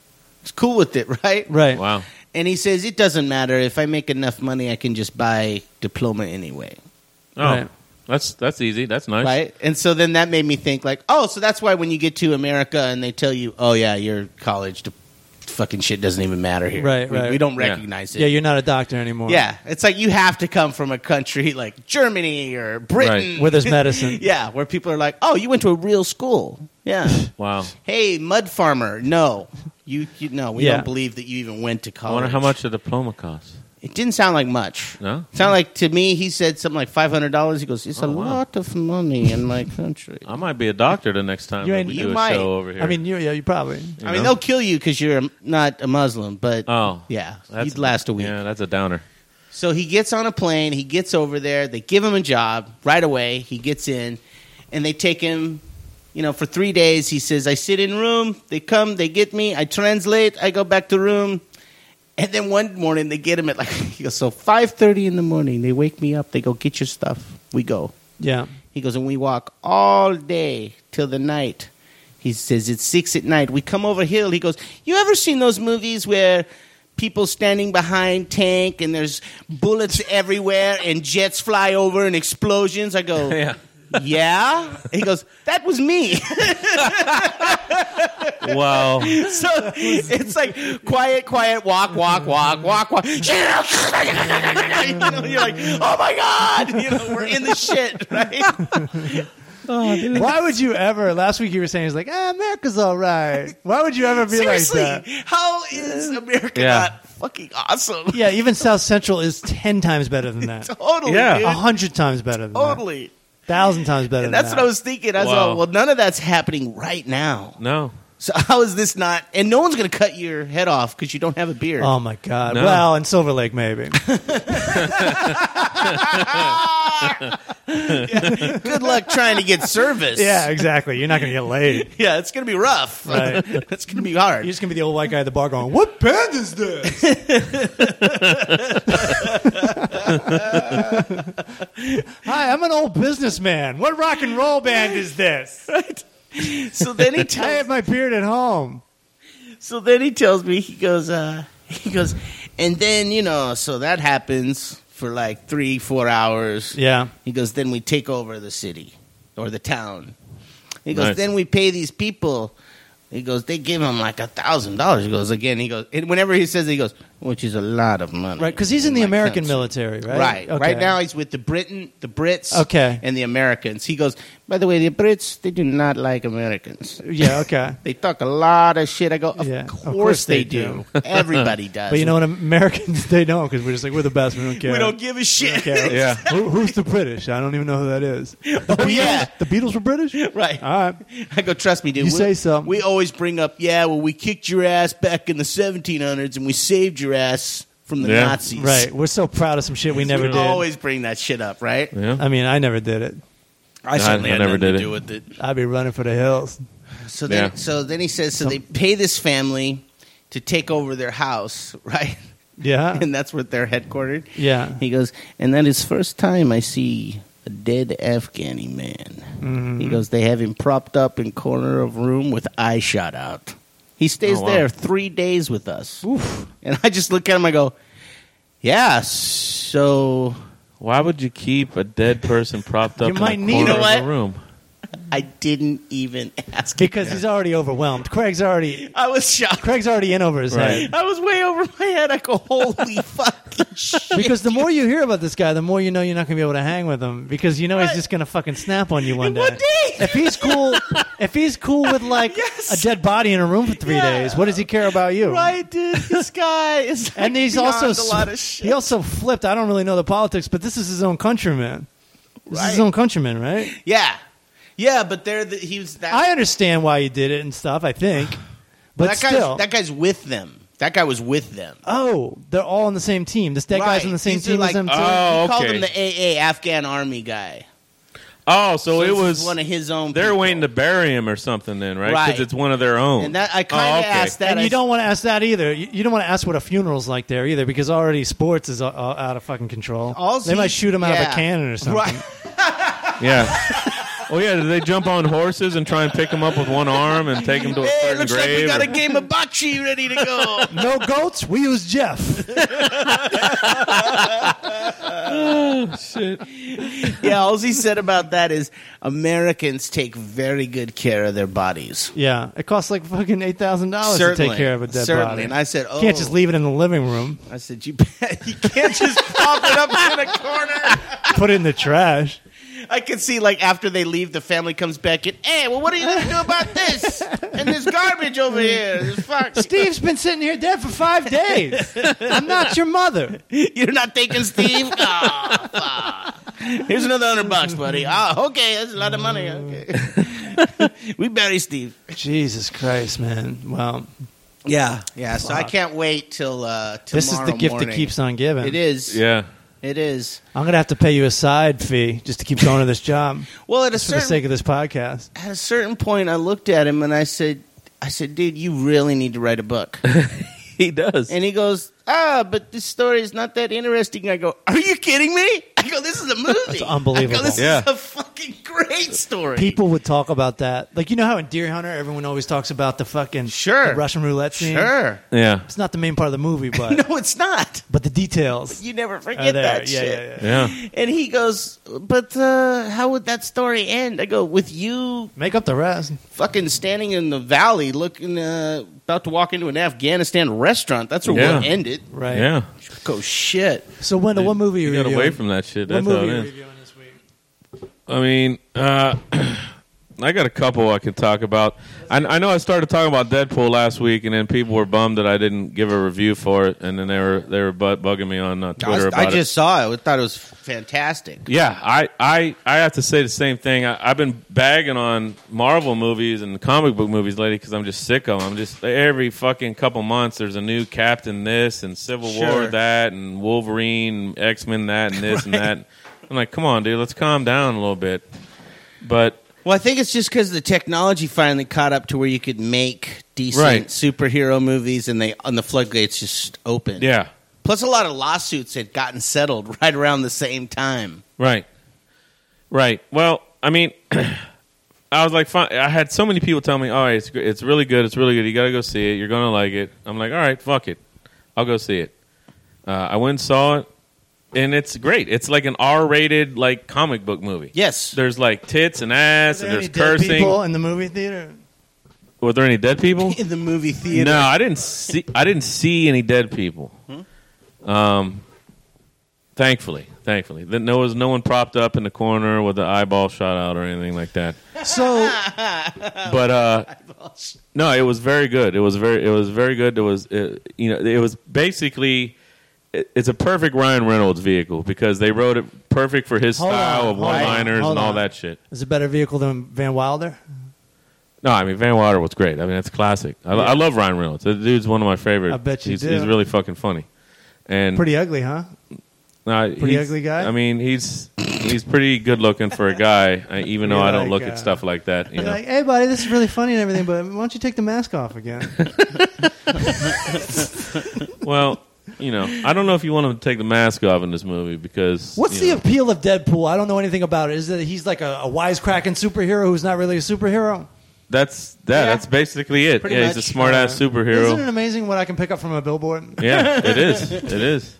E: it's cool with it, [LAUGHS]
D: [LAUGHS]
E: right?"
D: Right.
C: [LAUGHS] Wow.
E: And he says, "It doesn't matter if I make enough money, I can just buy diploma anyway."
C: Oh,
D: Right.
C: that's that's easy. That's nice.
E: Right? And so then that made me think like, "Oh, so that's why when you get to America and they tell you, "Oh yeah, your college di- fucking shit doesn't even matter here."
D: Right,
E: We,
D: right.
E: we don't
C: Yeah.
E: recognize it.
D: Yeah, you're not a doctor anymore.
E: Yeah, it's like you have to come from a country [LAUGHS] like Germany or Britain.
C: Right.
D: Where there's medicine.
E: [LAUGHS] yeah, where people are like, "Oh, you went to a real school."
C: [LAUGHS]
E: Yeah.
C: Wow.
E: hey, mud farmer. No, you. you no, we
D: Yeah.
E: don't believe that you even went to
C: I
E: college.
C: wonder how much a diploma costs.
E: It didn't sound like much.
C: No?
E: It sounded like to me. He said something like five hundred dollars. He goes, "It's a
C: Oh, wow. Uh,
E: lot of money in my
C: [LAUGHS]
E: country."
C: I might be a doctor the next time
D: You
C: that
D: ain't-
C: we
E: you
C: do a
E: might.
C: show over here.
D: I mean, you, yeah, you probably.
C: You
E: I mean,
C: know?
E: they'll kill you because you're a, not a Muslim, but
C: Oh,
E: yeah,
C: that's-
E: you'd last a week.
C: Yeah, that's a downer.
E: So he gets on a plane, he gets over there, they give him a job right away, he gets in, and they take him, you know, for three days. He says, I sit in room, they come, they get me, I translate, I go back to room. And then one morning they get him at like [LAUGHS] he goes, so five thirty in the morning, they wake me up, they go, Get your stuff. We go.
D: Yeah.
E: He goes, and we walk all day till the night. He says, it's six at night. We come over hill. He goes, you ever seen those movies where people standing behind tank and there's bullets everywhere and jets fly over and explosions? I go,
C: Yeah.
E: yeah. He goes, that was me. [LAUGHS]
C: Wow.
E: [LAUGHS] so it's like quiet, quiet, walk, walk, walk, walk, walk. [LAUGHS] you know, you're like, oh my God. You know, we're in the shit, right?
D: [LAUGHS] Why would you ever? Last week you were saying it's like ah, America's all right. Why would you ever be
E: Seriously,
D: like that?
E: how is America
C: Yeah.
E: not fucking awesome?
D: Yeah, even South Central is ten times better than [LAUGHS] that.
E: [LAUGHS] Totally,
C: Yeah.
E: dude.
D: A hundred times better than that.
E: Totally.
D: Thousand times better.
E: And
D: than
E: that's
D: that.
E: what I was thinking. I was
C: Wow.
E: like, well, none of that's happening right now.
C: No.
E: So [LAUGHS] how is this not? And no one's going to cut your head off because you don't have a beard.
D: Oh my god!
C: No.
D: Well, in Silver Lake
E: [LAUGHS]
D: maybe.
E: Good luck trying to get
D: [LAUGHS]
E: service.
D: yeah, exactly. You're not gonna get laid.
E: Yeah, it's going to be rough. [LAUGHS]
D: Right.
E: it's going to be
D: [LAUGHS]
E: hard.
D: You're just gonna be the old white guy at the bar going, "What band is this?" Hi, I'm an old businessman. What rock and roll band is this?
E: [LAUGHS] So
D: [LAUGHS]
E: then he
D: I
E: tells.
D: have my beard at home.
E: so then he tells me he goes. uh He goes, and then you know. So that happens for like three, four hours.
D: Yeah,
E: He goes, then we take over the city or the town. He goes,
C: Nice.
E: then we pay these people. He goes, they give him like a thousand dollars. He goes again. He goes, and whenever he says, it, he goes, which is a lot of money, Oh
D: right. Because he's in the
E: my
D: American
E: country.
D: military, right?
E: Right,
D: Okay.
E: right now he's with the Britain, the Brits,
D: Okay.
E: and the Americans. He goes, by the way, the Brits they do not like Americans. [LAUGHS]
D: Yeah. Okay.
E: They talk a lot of shit. I go, of,
D: Yeah, of
E: course,
D: course
E: they,
D: they
E: do.
D: [LAUGHS]
E: Everybody does.
D: But you know what? Americans [LAUGHS] they don't because we're just like we're the best. We don't care.
E: we don't give a shit.
D: care.
C: Yeah.
D: Who, who's the British? I don't even know who that is. The
E: Oh, yeah.
D: Beatles- The Beatles were British.
E: [LAUGHS] right.
D: All right.
E: I go, trust me, dude.
D: You
E: we,
D: say so.
E: We always bring up, yeah, well, we kicked your ass back in the 1700s and we saved your ass from the
C: Yeah.
E: Nazis.
D: Right. We're so proud of some shit we never
E: We
D: did.
E: always bring that shit up, right?
C: Yeah.
D: I mean, I never did it.
E: I certainly
C: I
E: had
C: never
E: nothing to
C: did it.
E: do with it.
D: I'd be running for the hills.
E: So then,
C: Yeah.
E: so then he says, so they pay this family to take over their house, [LAUGHS] right?
D: Yeah.
E: [LAUGHS] And that's where they're headquartered.
D: Yeah.
E: He goes, and that is first time I see a dead Afghani man.
D: Mm-hmm.
E: He goes, they have him propped up in corner of room with eye shot out. He stays
C: Oh, wow.
E: there three days with us. And I just look at him, I go, yeah, so
C: Why would you keep a dead person propped up
D: You
C: in
D: might
C: the
D: need
C: corner
E: it.
C: of a room?
E: I didn't even ask him.
D: because he's already overwhelmed. Craig's already
E: I was shocked.
D: Craig's already in over his
C: Right.
D: head.
E: I was way over my head. I
D: [LAUGHS]
E: go, holy fucking shit.
D: Because the more you hear about this guy, the more you know you're not going to be able to hang with him because you know he's just going to fucking snap on you one day.
E: One day.
D: If he's
E: [LAUGHS]
D: cool, if he's cool with like
E: Yes.
D: a dead body in a room for three
E: Yeah.
D: days, what does he care about you?
E: Right, dude. This guy is.
D: [LAUGHS]
E: Like
D: And he's also
E: beyond a lot of
D: s-
E: shit.
D: he also flipped. I don't really know the politics, but this is his own countryman. This is his own countryman, right?
E: Yeah, yeah, but they're the, he was that.
D: I understand why he did it and stuff. I
E: [SIGHS]
D: think, but
E: that guy's,
D: still,
E: that guy's with them. That guy was with them.
D: oh, they're all on the same team. This dead guy's
E: Right.
D: on the same
E: These are
D: team
E: like-
D: as them. Too.
C: Oh,
E: he called
C: okay.
E: him the AA Afghan Army guy.
C: Oh, so,
E: So
C: it
E: this is
C: was
E: one of his own.
C: They're
E: people.
C: waiting to bury him or something, then, right? Because
E: Right.
C: it's one of their own.
E: And that I kind of
C: Oh, okay.
E: asked that.
D: and
E: I
D: you
E: s-
D: don't want to ask that either. You, you don't want to ask what a funeral's like there either, because already sports is uh, uh, out of fucking control.
E: All
D: they might
E: these-
D: shoot him out of
E: yeah.
D: a cannon or something.
E: Right. [LAUGHS]
C: Yeah. oh yeah. Did they jump on horses and try and pick him up with one arm and take him to a
E: Hey,
C: certain
E: looks like we
C: grave?
E: got a
C: or-
E: game of bocce ready to go.
D: No goats. We use Jeff.
E: [LAUGHS] yeah, all he said about that is Americans take very good care of their bodies.
D: yeah, it costs like fucking eight thousand dollars to
E: Certainly,
D: take care of a dead
E: certainly.
D: body.
E: And I said, "Oh,
D: can't just leave it in the living room.
E: I said, "You, bet- [LAUGHS] you can't just pop it up in a corner."
D: Put it in the
E: [LAUGHS]
D: trash.
E: I can see like after they leave, the family comes back and, "Hey, well, what are you going to do about this and this garbage over here? This fuck,
D: Steve's been sitting here dead for five [LAUGHS] days. I'm not your mother.
E: you're not taking Steve." [LAUGHS] Aw, fuck. Here's another hundred bucks, buddy. Oh, okay, that's a lot of money. Okay, [LAUGHS] we bury Steve.
D: [LAUGHS] Jesus Christ, man. Wow.
E: Yeah, yeah. So I can't wait till uh, tomorrow
D: This is the gift
E: morning.
D: that keeps on giving.
E: It is.
C: [LAUGHS] Yeah.
E: It is.
D: I'm going to have to pay you a side fee just to keep going to this job
E: [LAUGHS] Well, at a
D: for the
E: certain
D: sake of this podcast.
E: at a certain point, I looked at him and I said, "I said, dude, you really need to write a
D: [LAUGHS]
E: book."
C: He does.
E: and he goes, "Ah, but this story is not that interesting." I go, "Are you kidding me?" I go, "This is a movie.
D: That's unbelievable.
E: I go, this
C: Yeah.
E: is a fucking great story."
D: People would talk about that. Like, you know how in Deer Hunter, everyone always talks about the fucking
E: Sure.
D: the Russian roulette scene?
E: sure.
C: yeah.
D: It's not the main part of the
E: [LAUGHS]
D: movie, but,
E: No, it's not.
D: but the details
E: You never
D: are
E: forget
D: there.
E: that
D: yeah,
E: shit.
D: yeah, yeah.
C: Yeah.
E: And he goes, "But uh, how would that story end?" I go, "With you
D: Make up the rest.
E: fucking standing in the valley, looking uh, about to walk into an Afghanistan restaurant. That's where
C: Yeah.
E: we'll end it."
D: Right.
C: Yeah.
E: Go shit.
D: So, Wendell, what movie are you
C: You got
D: reviewing?
C: away from that shit.
D: what
C: That's
D: movie
C: how it
D: are you
C: is.
D: reviewing this week?
C: I mean, uh, [CLEARS THROAT] I got a couple I could talk about. I, I know I started talking about Deadpool last week, and then people were bummed that I didn't give a review for it, and then they were they were bu- bugging me on uh, Twitter about
E: I,
C: it.
E: just saw it. I thought it was fantastic.
C: Yeah, I, I, I have to say the same thing. I, I've been bagging on Marvel movies and comic book movies lately because I'm just sick of them. I'm just every fucking couple months there's a new Captain this and Civil War
E: Sure.
C: that and Wolverine, X Men that and this and that. I'm like, come on, dude, let's calm down a little bit. But
E: Well, I think it's just because the technology finally caught up to where you could make decent
C: Right.
E: superhero movies, and they on the floodgates just opened.
C: yeah,
E: Plus, a lot of lawsuits had gotten settled [LAUGHS] right around the same time.
C: Right. Right. Well, I mean, [CLEARS THROAT] I was like, fine. I had so many people tell me, all right, it's, gr- it's really good. It's really good. You got to go see it. You're going to like it. I'm like, all right, fuck it. I'll go see it. Uh, I went and saw it, and it's great. It's like an R rated like comic book movie.
E: Yes.
C: There's like tits and ass,
D: Are
C: and
D: there
C: there's
D: any dead people
C: cursing.
D: in the movie theater?
C: Were there any dead
D: [LAUGHS]
C: people?
E: in the movie theater.
C: No, I didn't see. I didn't see any dead people.
D: Hmm?
C: Um, thankfully, thankfully, that there was no one propped up in the corner with the eyeball shot out or anything
D: [LAUGHS]
C: like that.
D: So Oh,
C: But uh, no, it was very good. It was very. It was very good. It was. uh you know, it was basically. it- It's a perfect Ryan Reynolds vehicle because they wrote it perfect for his
D: Hold on,
C: style of
D: hold on,
C: one-liners
D: hold
C: and all
D: on.
C: that shit.
D: is it a better vehicle than Van Wilder?
C: No, I mean Van Water was great. I mean that's classic. I, I love Ryan Reynolds. The dude's one of my favorite.
D: I bet you
C: he's,
D: do.
C: he's really fucking funny. And
D: Pretty ugly, huh?
C: Nah, he's-
D: ugly guy?
C: I mean, he's he's pretty good looking for a guy, I- even though
D: You're
C: I don't
D: like,
C: look
D: uh,
C: at stuff like that. You
D: They're
C: know?
D: Like, hey, buddy, this is really funny and everything, but why don't you take the mask off again?
C: well, you know, I don't know if you want him to take the mask off in this movie because
D: What's the
C: you know,
D: appeal of Deadpool? I don't know anything about it. Is that he's like a, a wisecracking superhero who's not really a superhero?
C: that's that.
E: Yeah.
C: That's basically it.
E: Pretty
C: yeah, he's
E: much.
C: a smart ass
D: uh, Isn't it
C: superhero.
D: amazing what I can pick up from a billboard?
C: Yeah, it
D: [LAUGHS]
C: is. It is.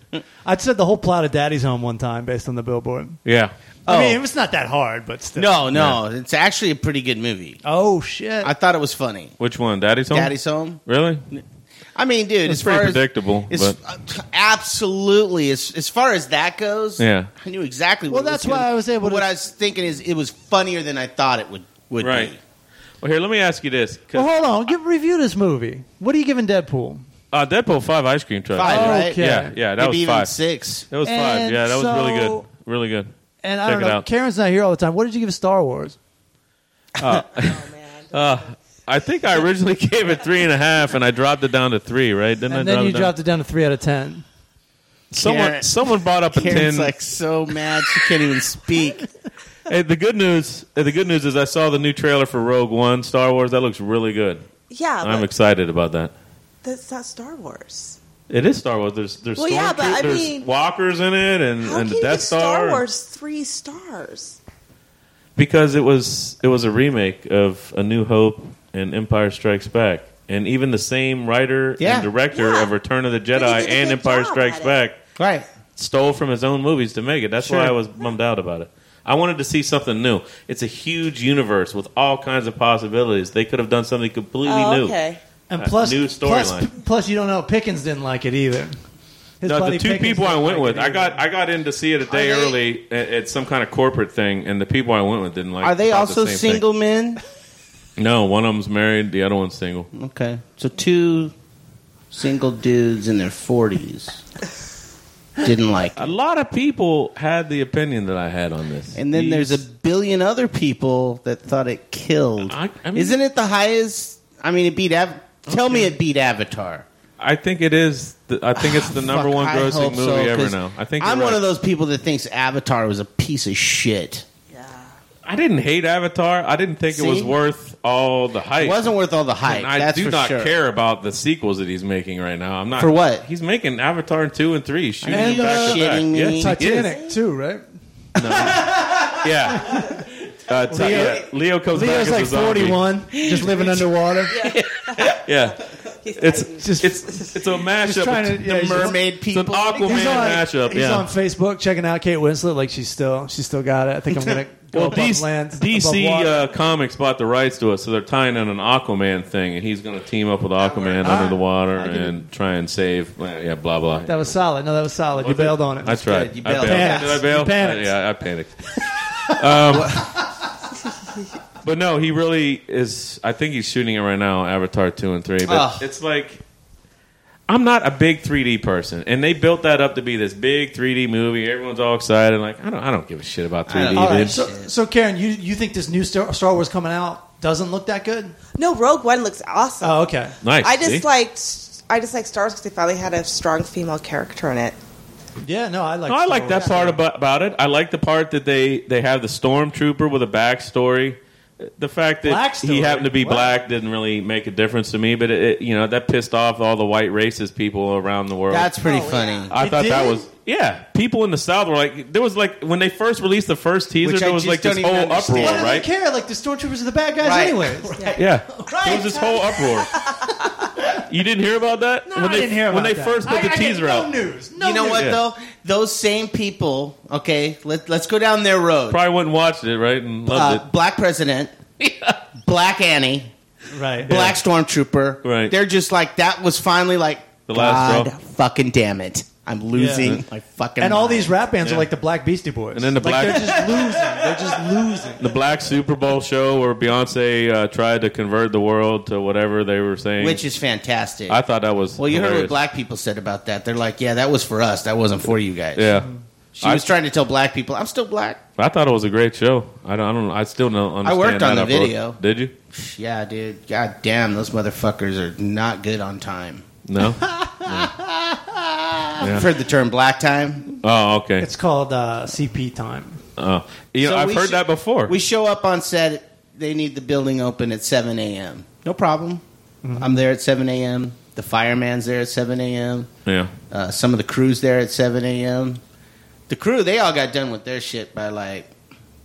D: I'd said the whole plot of Daddy's Home one time based on the billboard.
C: Yeah.
D: I
E: Oh.
D: mean, it was not that hard, but
E: [LAUGHS]
D: still.
E: No, no, it's actually a pretty good movie.
D: Oh shit!
E: I thought it was funny.
C: Which one? Daddy's home.
E: Daddy's Home.
C: Really?
E: I mean, dude,
C: It's
E: as
C: pretty
E: far
C: predictable,
E: As,
C: but-
E: it's- absolutely, as as far as that goes,
C: Yeah.
E: I knew exactly.
D: Well,
E: what it
D: that's
E: was gonna-
D: why I was able
E: but What
D: to-
E: I was thinking is, it was funnier than I thought it would would
C: Right.
E: be.
C: Well, here, let me ask you this. 'cause,
D: well, hold on. Give review this movie. What are you giving Deadpool?
C: uh, Deadpool Five ice cream truck.
E: Five, right?
D: Okay.
C: Yeah, yeah, that
E: Maybe
C: was
E: even
C: five.
E: six.
C: That was five.
D: And
C: Yeah, that was really
D: so-
C: good. Really good.
D: And I
C: Check
D: don't
C: it
D: know.
C: out.
D: Karen's not here all the time. What did you give Star Wars?
F: Oh man.
E: uh,
C: I think I originally [LAUGHS] gave it three and a half, and I dropped it down to three. Right? Didn't
D: And,
C: I
D: then
C: drop
D: you
C: it down?
D: dropped it down to three out of ten.
C: someone.
E: Karen-
C: Someone brought up a
E: Karen's
C: ten.
E: like so mad she can't even
C: [LAUGHS]
E: speak.
C: Hey, the good news. uh, The good news is I saw the new trailer for Rogue One, Star Wars. That looks really good.
F: Yeah,
C: I'm
F: but
C: excited about that.
F: that's not Star Wars.
C: It is Star Wars. There's there's,
F: Well, yeah,
C: stormtroop-
F: but I
C: there's
F: mean-
C: walkers in it and,
F: How
C: and
F: can
C: the
F: you
C: Death
F: give Star
C: Star
F: Wars three stars?
C: because it was it was a remake of A New Hope and Empire Strikes Back, and even the same writer
E: Yeah.
C: and director
F: Yeah.
C: of Return of the
F: did a
C: Jedi
F: good
C: and Empire
F: job
C: Strikes
F: at it.
C: Back
E: Right.
C: stole from his own movies to make it. That's why
E: Sure.
C: I was bummed out about it. I wanted to see something new. It's a huge universe with all kinds of possibilities. They could have done something completely
F: Oh,
C: new.
F: okay.
D: And
C: Uh,
D: plus,
C: new
D: plus-
C: storyline.
D: plus, you don't know. Pickens didn't like it either. His
C: No,
D: buddy
C: the two
D: Pickens
C: people I
D: didn't
C: went
D: like
C: with,
D: it
C: I
D: either.
C: got I got in to see it a day
E: they-
C: early at, at some kind of corporate thing, and the people I went with didn't like.
E: Are they
C: thought the
E: also
C: same thing.
E: single men?
C: No, one of them's married, the other one's single.
E: Okay, so two single dudes in
D: [LAUGHS]
E: their forties didn't like it.
C: A lot of people had the opinion that I had on this,
E: And then there's a billion other people that thought it killed.
C: I- I mean-
E: Isn't it the highest? I mean, it beat. Av- Tell me it beat Avatar.
C: I think it is. The, I
E: [LAUGHS]
C: think it's the number
E: Fuck,
C: one
E: I
C: grossing
E: hope
C: movie
E: so,
C: ever
E: 'cause
C: now. I think
E: I'm
C: you're
E: one
C: right.
E: of those people that thinks Avatar was a piece of shit.
F: Yeah.
C: I didn't hate Avatar. I didn't think it was
E: See?
C: worth all the hype.
E: It wasn't worth all the hype.
C: And I
E: that's
C: do
E: for
C: not
E: sure.
C: care about the sequels that he's making right now. I'm not
E: For what?
C: he's making Avatar two and three. Shooting
E: Are you
C: back to back.
E: shitting me?
C: Yes, he is.
D: Titanic too, right?
C: Yeah.
E: [LAUGHS]
C: Uh, Ti-
D: Leo-
C: yeah. Leo comes
D: Leo's
C: back
D: like
C: as a zombie.
D: 41, just living
C: [LAUGHS]
D: underwater.
E: [LAUGHS]
C: Yeah, it's
D: Just-
C: it's it's a mashup.
D: trying to-
C: of
D: yeah,
C: the
D: he's
C: mer-
D: just-
E: mermaid
C: it's an
E: people.
C: Aquaman
D: He's on-
C: mashup.
D: He's
C: yeah.
D: on Facebook checking out Kate Winslet. Like she's still she's still got it. I think I'm
C: [LAUGHS]
D: gonna go
C: well,
D: above
C: DC,
D: land,
C: DC
D: above water.
C: uh, Comics bought the rights to it, so they're tying in an Aquaman thing, and he's going to team up with Aquaman under the water and try and save. Yeah, blah blah.
D: Ah, that was solid. No, that was solid. you bailed on it.
C: I tried.
E: good. You
C: I
E: bailed.
C: bailed.
D: Panicked.
C: Did I bail? Uh,
D: You panicked.
C: I- yeah, I panicked. [LAUGHS] um, but no, he really is. I think he's shooting it right now, Avatar two and three. But
D: Ah.
E: Ugh.
C: it's like I'm not a big 3D person, and they built that up to be this big 3D movie. Everyone's all excited. Like I don't, I don't give a shit about 3D,
E: don't-
C: dude.
D: All right.
E: did.
D: So, so Karen, you you think this new Star, Star Wars coming out doesn't look that good?
F: No, Rogue One looks awesome.
D: Oh, okay.
C: Nice.
F: I just
C: see?
F: liked I just like Star Wars because they finally had a strong female character in it.
D: Yeah, no, I like.
C: No, I
D: Star
C: like that
D: Wars.
C: part about, about it. I like the part that they, they have the stormtrooper with a backstory. The fact
D: Black
C: that
D: story?
C: he happened to be
D: Wow.
C: black didn't really make a difference to me, but it, it, you know that pissed off all the white racist people around the world.
E: That's pretty
F: Oh, yeah.
E: funny.
C: I
D: It
C: thought that
D: did?
C: was yeah. People in the South were like, there was like when they first released the first teaser,
E: Which I
C: there was
E: just
C: like this
E: don't even
C: whole
E: understand.
C: uproar,
D: Why do
C: right?
D: they care? Like the stormtroopers are the bad guys, [LAUGHS]
E: Right.
D: anyways.
C: Yeah, there was this whole uproor.
D: [LAUGHS]
C: You didn't hear about that
D: No, I
C: they
D: didn't hear
C: when
D: about
C: they
D: that.
C: first put
D: I-
C: the
D: I get
C: teaser
D: No
C: out.
D: news. No
E: you know
D: news.
E: what
C: Yeah.
E: though? Those same people. Okay, let, let's go down their road.
C: Probably went and watched it, right? And loved
E: uh, black
F: [LAUGHS]
E: president, black Annie,
D: Right.
E: black stormtrooper.
C: Right.
E: They're just like that was finally like
C: The last
E: God
C: straw."
E: fucking damn it. I'm losing my fucking
D: And all
E: mind."
D: these rap bands
C: Yeah.
D: are like the Black Beastie Boys.
C: And then the
D: Like,
C: black-
D: they're just losing. They're just losing.
C: the black Super Bowl show where Beyonce uh, tried to convert the world to whatever they were saying.
E: which is fantastic.
C: I thought that was
E: well, you heard
C: hilarious.
E: what black people said about that. They're like, yeah, that was for us. That wasn't for you guys.
C: Yeah,
E: She
C: I-
E: was trying to tell black people, I'm still black.
C: I thought it was a great show. I don't. I, don't, I still don't understand.
E: worked on
C: that
E: the
C: approach.
E: video.
C: Did you?
E: Yeah, dude. God damn, those motherfuckers are not good on time. [LAUGHS]
C: No.
E: I've heard the term black time.
C: oh, okay.
D: It's called uh, CP time.
C: Oh, you know,
E: So
C: I've
E: we
C: heard
E: should-
C: that before.
E: We show up on set. They need the building open at 7 a.m. No problem.
D: Mm-hmm.
E: I'm there at 7 a.m. The fireman's there at 7 a.m.
C: yeah.
E: Uh, some of the crew's there at 7 a.m. The crew, they all got done with their shit by like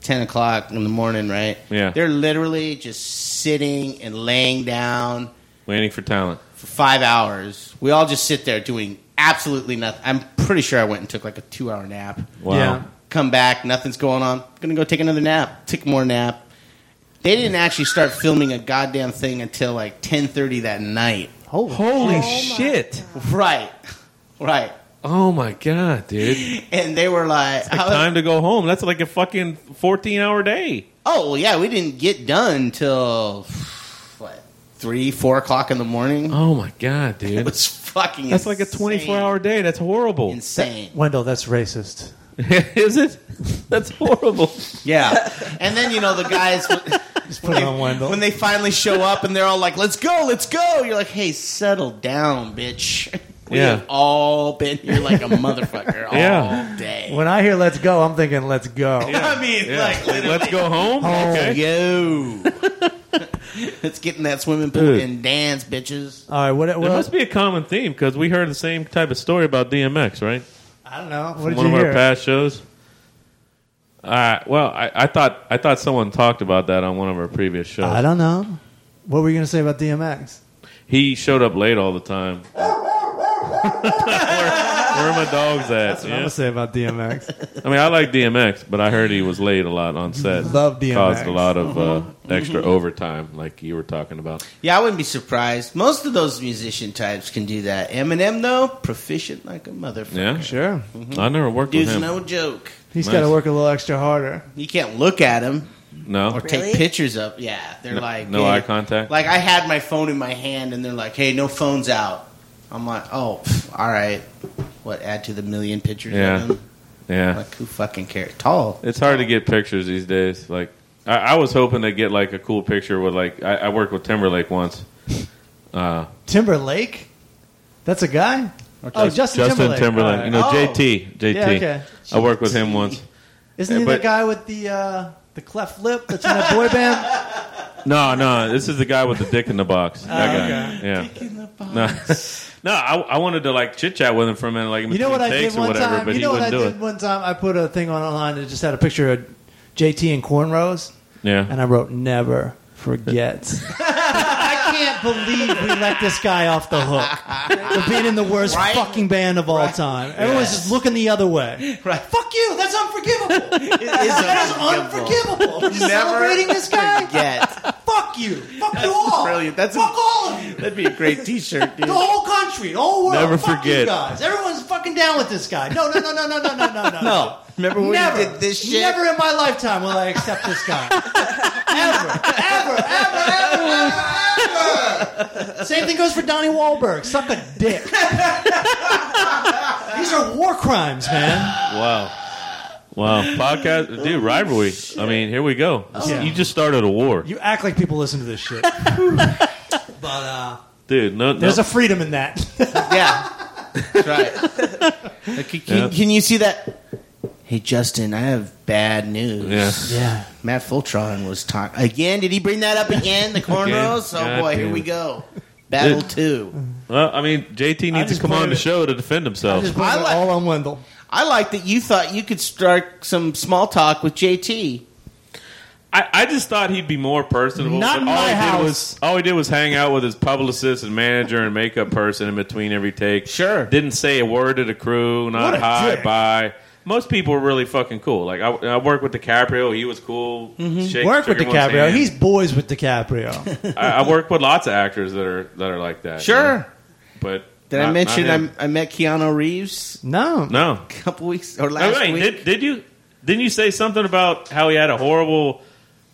E: ten o'clock in the morning, right?
C: Yeah.
E: They're literally just sitting and laying down
C: Waiting for talent.
E: for five hours. We all just sit there doing absolutely nothing. I'm pretty sure I went and took like a two hour nap.
C: Wow.
D: Yeah.
E: Come back, nothing's going on. Gonna go take another nap. Take more nap. They didn't actually start filming a goddamn thing until like ten thirty that night. Oh
C: Holy shit!
E: Right. Right.
C: Oh my
E: [LAUGHS]
C: god, dude!
E: And they were like, I was-
C: Time to go home. That's like a fucking
E: [LAUGHS]
C: fourteen-hour day.
E: Oh well, yeah, we didn't get done till what three, four o'clock in the morning.
C: Oh my god,
E: It
C: dude!
E: was fucking.
C: That's like a
E: insane.
C: twenty-four-hour day. That's horrible.
E: Insane.
D: Wendell, that's racist. [LAUGHS]
C: Is it? That's horrible.
E: Yeah. [LAUGHS] and then you know the guys
C: [LAUGHS]
D: Just put
E: when
D: it on
E: they,
D: Wendell.
E: when they finally show up and they're all like, "Let's go, let's go." You're like, "Hey, settle down, bitch." [LAUGHS] We
C: Yeah.
E: have all been here like a motherfucker all
C: [LAUGHS] Yeah.
E: day.
D: When I hear "Let's go," I'm thinking "Let's go."
E: [LAUGHS] I mean,
C: Yeah.
E: like,
C: Like, let's go home.
D: Oh,
C: okay.
E: yo,
C: [LAUGHS]
E: [LAUGHS] let's get in that swimming pool
C: Dude.
E: and dance, bitches.
D: All right, what?
C: There
D: what
C: must be a common theme because we heard the same type of story about DMX, right?
D: I don't know. What did
C: One
D: you
C: of
D: hear?
C: our past shows. Uh, well, I, I thought I thought someone talked about that on one of our previous shows.
D: I don't know. What were you gonna say about DMX?
C: He showed up late all
D: [LAUGHS]
C: the time. where, where are my dogs at?
D: I'm
C: Yeah.
D: gonna say about DMX.
C: I mean, I like DMX, but I heard he was late a lot on set.
D: Love DMX. Mm-hmm.
C: Caused a lot of uh, extra overtime, like you were talking about.
E: Yeah, I wouldn't be surprised. Most of those musician types can do that. Eminem, though, proficient like a motherfucker.
C: [LAUGHS] Yeah,
D: sure,
C: I never worked with
E: Dude's
C: him.
E: no joke.
D: he's
C: Nice.
D: got to work a little extra harder.
E: You can't look at him
C: No,
E: or
F: Really?
E: take pictures of. Yeah, they're like
C: no
E: hey-
C: eye contact.
E: Like I had my phone in my hand, and they're like, "Hey, no phones out." I'm like, "Oh, pff, all right." What? Add to the million pictures
C: Yeah.
E: of him?
C: yeah,
E: Like who fucking cares? [LAUGHS] Tall.
C: It's hard to get pictures these days. Like I, I was hoping to get like a cool picture with like I, I worked with Timberlake once. Uh,
D: Timberlake, that's a guy. Oh, Justin, Timberlake. All right.
C: You know
E: Oh.
C: JT. JT.
D: Yeah, okay.
C: I worked with
D: [LAUGHS]
C: him once.
D: Isn't he
C: But-
D: the guy with the uh, the cleft lip that's in that boy
C: [LAUGHS]
D: band?
C: No, no, this is the guy with the dick in
D: [LAUGHS]
C: the box. That
D: Oh,
C: guy. Yeah. Dick in the box. No, [LAUGHS] no I, I wanted to like chit chat with him for a minute, like
D: You know what I
C: takes
D: did
C: or
D: one
C: whatever,
D: time.
C: but
D: You
C: he
D: know what I
C: wouldn't do
D: did
C: it.
D: one time. I put a thing on online that just had a picture of JT and cornrows,
C: Yeah.
D: and I wrote "Never forget."
E: [LAUGHS]
D: I can't believe we let this guy off the hook for being in the worst
E: Right?
D: fucking band of all time. Everyone's just looking the other way.
E: [LAUGHS] Right.
D: Fuck you! That's unforgivable.
E: [LAUGHS] It is
D: That's
E: unforgivable.
D: unforgivable. We're just
E: Never
D: celebrating this guy.
E: Forget.
D: Fuck you. Fuck you all.
E: brilliant. That's a-
D: Fuck all of you.
E: That'd be a great T-shirt, dude.
D: The whole country, the whole world.
C: Never
D: Fuck
C: forget.
D: you guys. Everyone's fucking down with this guy. No, no, no, no, no, no, no, no, no.
E: No. Remember when
D: Never.
E: we did this shit?
D: Never in my lifetime will I accept this
E: [LAUGHS]
D: guy. ever, ever, ever, ever, ever. Same thing goes for Donnie Wahlberg. Suck a
E: [LAUGHS]
D: dick. These are war crimes, man.
C: Wow. Wow. Podcast dude, rivalry. I mean, here we go.
D: Oh, Yeah.
C: You just started a war.
D: You act like people listen to this shit. But uh,
C: Dude, no, no.
D: there's a freedom in that.
E: Yeah. That's right. Like, can, can-
C: Yeah.
E: can you see that? Hey, Justin, I have bad news.
C: yeah.
D: yeah.
E: Matt Fultron was talking. Again, did he bring that up again? The cornrows?
C: [LAUGHS] Again.
E: Oh, boy,
C: God
E: here
C: damn
E: we
C: it.
E: go. Battle
C: Dude.
E: 2.
C: Well, I mean, JT
D: I
C: needs to
D: just
C: come on
D: pointed
C: the
D: it-
C: show to defend himself.
D: [LAUGHS] Just put it
E: I like-
D: all on Wendell.
E: I like that you thought you could start some small talk with JT.
C: I, I just thought he'd be more personable.
D: Not
C: but
D: in
C: all
D: my
C: he
D: house.
C: Did was, all he did was hang out with his publicist and manager and makeup person in between every take.
E: Sure.
C: Didn't say a word to the crew,
D: What
C: not
D: a
C: hi,
D: dick.
C: bye. Most people were really fucking cool. Like, I, I worked with DiCaprio. He was cool. Shake-
D: Mm-hmm. Work
C: shook
D: with
C: everyone's
D: DiCaprio.
C: hand.
D: He's boys with DiCaprio.
C: I, I work with lots of actors that are that are like that. you know? But
E: Did I
C: not-
E: mention
C: not him.
E: I, I met Keanu Reeves
D: no.
C: No.
E: a couple weeks or
C: Oh,
E: last
C: wait,
E: week?
C: did, did you didn't you say something about how he had a horrible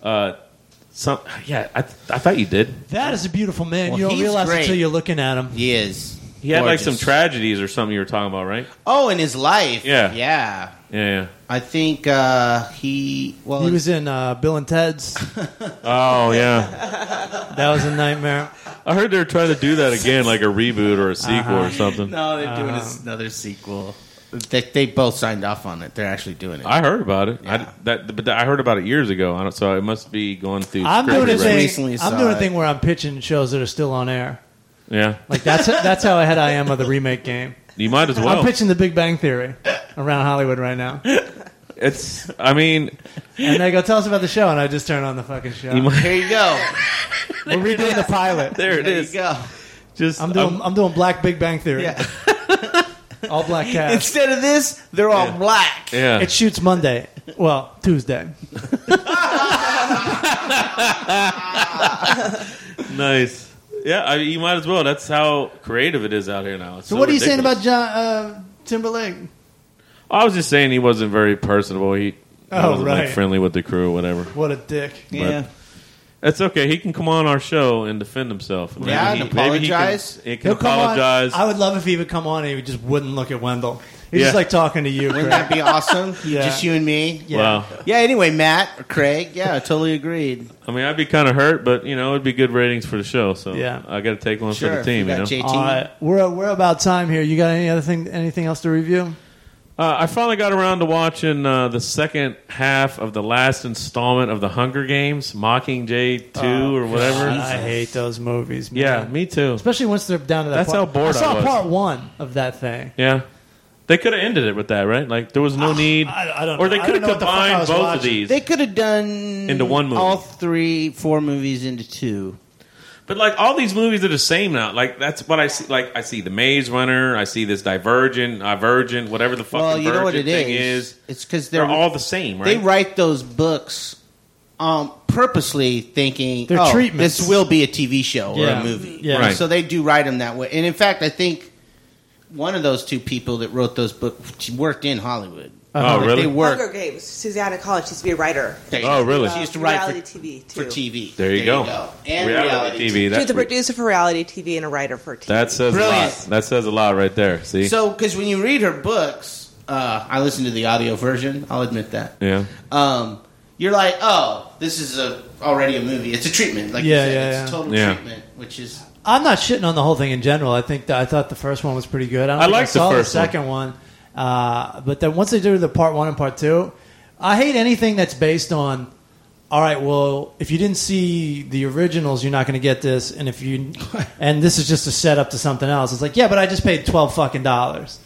C: uh some yeah, I I thought you did.
D: That is a beautiful man.
E: Well,
D: you don't
E: he's
D: realize
E: great.
D: until you're looking at him.
E: He is.
C: He had
E: gorgeous.
C: like some tragedies or something you were talking about, right?
E: Oh, in his life.
C: Yeah.
E: Yeah.
C: Yeah.
E: I think uh, he. Well,
D: He was in uh, Bill and Ted's.
C: yeah. Oh yeah.
D: That was a nightmare.
C: I heard they were trying to do that again, like a reboot or a sequel or something.
E: No, they're
C: Um,
E: doing this- another sequel. They, they both signed off on it. They're actually doing it.
C: I heard about it.
E: Yeah.
C: I, that, but I heard about it years ago. I don't, so it must be going through.
D: [LAUGHS] I'm doing a
C: script rewrites.
D: thing.
E: recently
D: I'm
E: saw
D: doing a
E: it.
D: thing where I'm pitching shows that are still on air.
C: Yeah,
D: Like that's that's how ahead I am of the remake game.
C: you might as well.
D: I'm pitching The Big Bang Theory around Hollywood right now.
C: It's. I mean,
D: And they go, "Tell us about the show," and I just turn on the fucking show.
C: you might,
E: Here you go.
D: We're redoing the pilot.
C: there it
E: There
C: is.
E: you
C: [LAUGHS]
E: go.
C: Just
D: I'm doing. I'm, doing Black Big Bang Theory.
E: Yeah.
D: All
C: [LAUGHS]
D: black cast.
E: Instead of this, they're all
C: Yeah.
E: black.
C: yeah.
D: It shoots Monday. Well, Tuesday.
C: nice. Yeah, I, you might as well. That's how creative it is out here now. It's
D: So, what are you saying
C: ridiculous.
D: about John uh, Timberlake?
C: I was just saying he wasn't very personable. He, he
D: Oh,
C: wasn't like
D: right.
C: friendly with the crew or whatever.
D: What a dick.
E: Yeah.
C: That's okay. He can come on our show and defend himself. Maybe
E: Yeah,
C: he,
E: and
C: maybe he can-
E: apologize.
C: He can,
D: come on.
C: apologize.
D: I would love if he would come on and he just wouldn't look at Wendell. He's
C: Yeah.
D: just like talking to you.
E: Wouldn't
D: Craig.
E: that be
C: [LAUGHS]
E: awesome?
D: Yeah.
E: Just you and me. Yeah.
C: Wow.
E: Anyway, Matt or Craig. Yeah, I totally agreed.
C: I mean, I'd be kind of hurt, but you know, it'd be good ratings for the show. So
D: Yeah.
C: I got to take one
E: Sure.
C: for the team.
E: you
C: You know,
E: got JT.
D: All right, we're we're about time here. You got any other thing? Anything else to review?
C: uh, I finally got around to watching uh, the second half of the last installment of the Hunger Games, Mockingjay Two or whatever.
D: Oh, God, Ah, I hate those movies. man.
C: yeah, me too.
D: especially once they're down to that.
C: That's
D: part.
C: how bored
D: I saw
C: I was.
D: part one of that thing.
C: Yeah, they could have ended it with that, right? Like there was no need,
D: Ah, I- I don't know.
C: or they
D: I
C: could
D: don't know
C: have
D: what the fuck I
C: combined
D: was
C: both of
D: watching.
C: these.
E: They could have done
C: Into one movie.
E: all three, four movies into two.
C: But like all these movies are the same now. Like that's what I see. Like I see the Maze Runner. I see this Divergent, Divergent, whatever the fucking
E: well, you know what it
C: Virgin thing
E: is.
C: is.
E: It's because
C: They're
E: they're,
C: all the same, right?
E: they write those books um, purposely thinking
D: They're
E: oh,
D: treatments.
E: this will be a TV show or
D: Yeah.
E: a movie.
D: Yeah.
C: Right.
E: So they do write them that way. And in fact, I think one of those two people that wrote those books worked in Hollywood.
C: oh
E: Like, They
C: really?
E: worked.
G: Hunger Games. Susanna College. She used to be a writer.
E: There you
C: Oh
E: go.
C: really?
E: She used to
G: Uh,
E: write for-
G: reality TV too.
E: For TV.
C: There you go.
E: And
C: reality,
E: reality,
C: TV.
G: She was
C: That,
G: a producer for reality TV and a writer for TV.
C: that says a
E: Brilliant.
C: lot. That says a lot right there. See?
E: So, because when you read her books, uh, I listened to the audio version. I'll admit that.
C: yeah.
E: Um, you're like, oh, this is a already a movie. It's a treatment. Like
D: Yeah,
E: you said,
D: yeah,
E: it's
D: yeah.
E: a total
C: Yeah.
E: treatment, which is
D: I'm not shitting on the whole thing in general. I think that, I thought the first one was pretty good. I, don't
C: I
D: think
C: liked the
D: saw
C: first
D: the second one, uh, but then once they do the part one and part two, I hate anything that's based on. All right, well, if you didn't see the originals, you're not going to get this, and if
C: [LAUGHS]
D: you, and this is just a setup to something else. It's like, yeah, but I just paid twelve fucking dollars.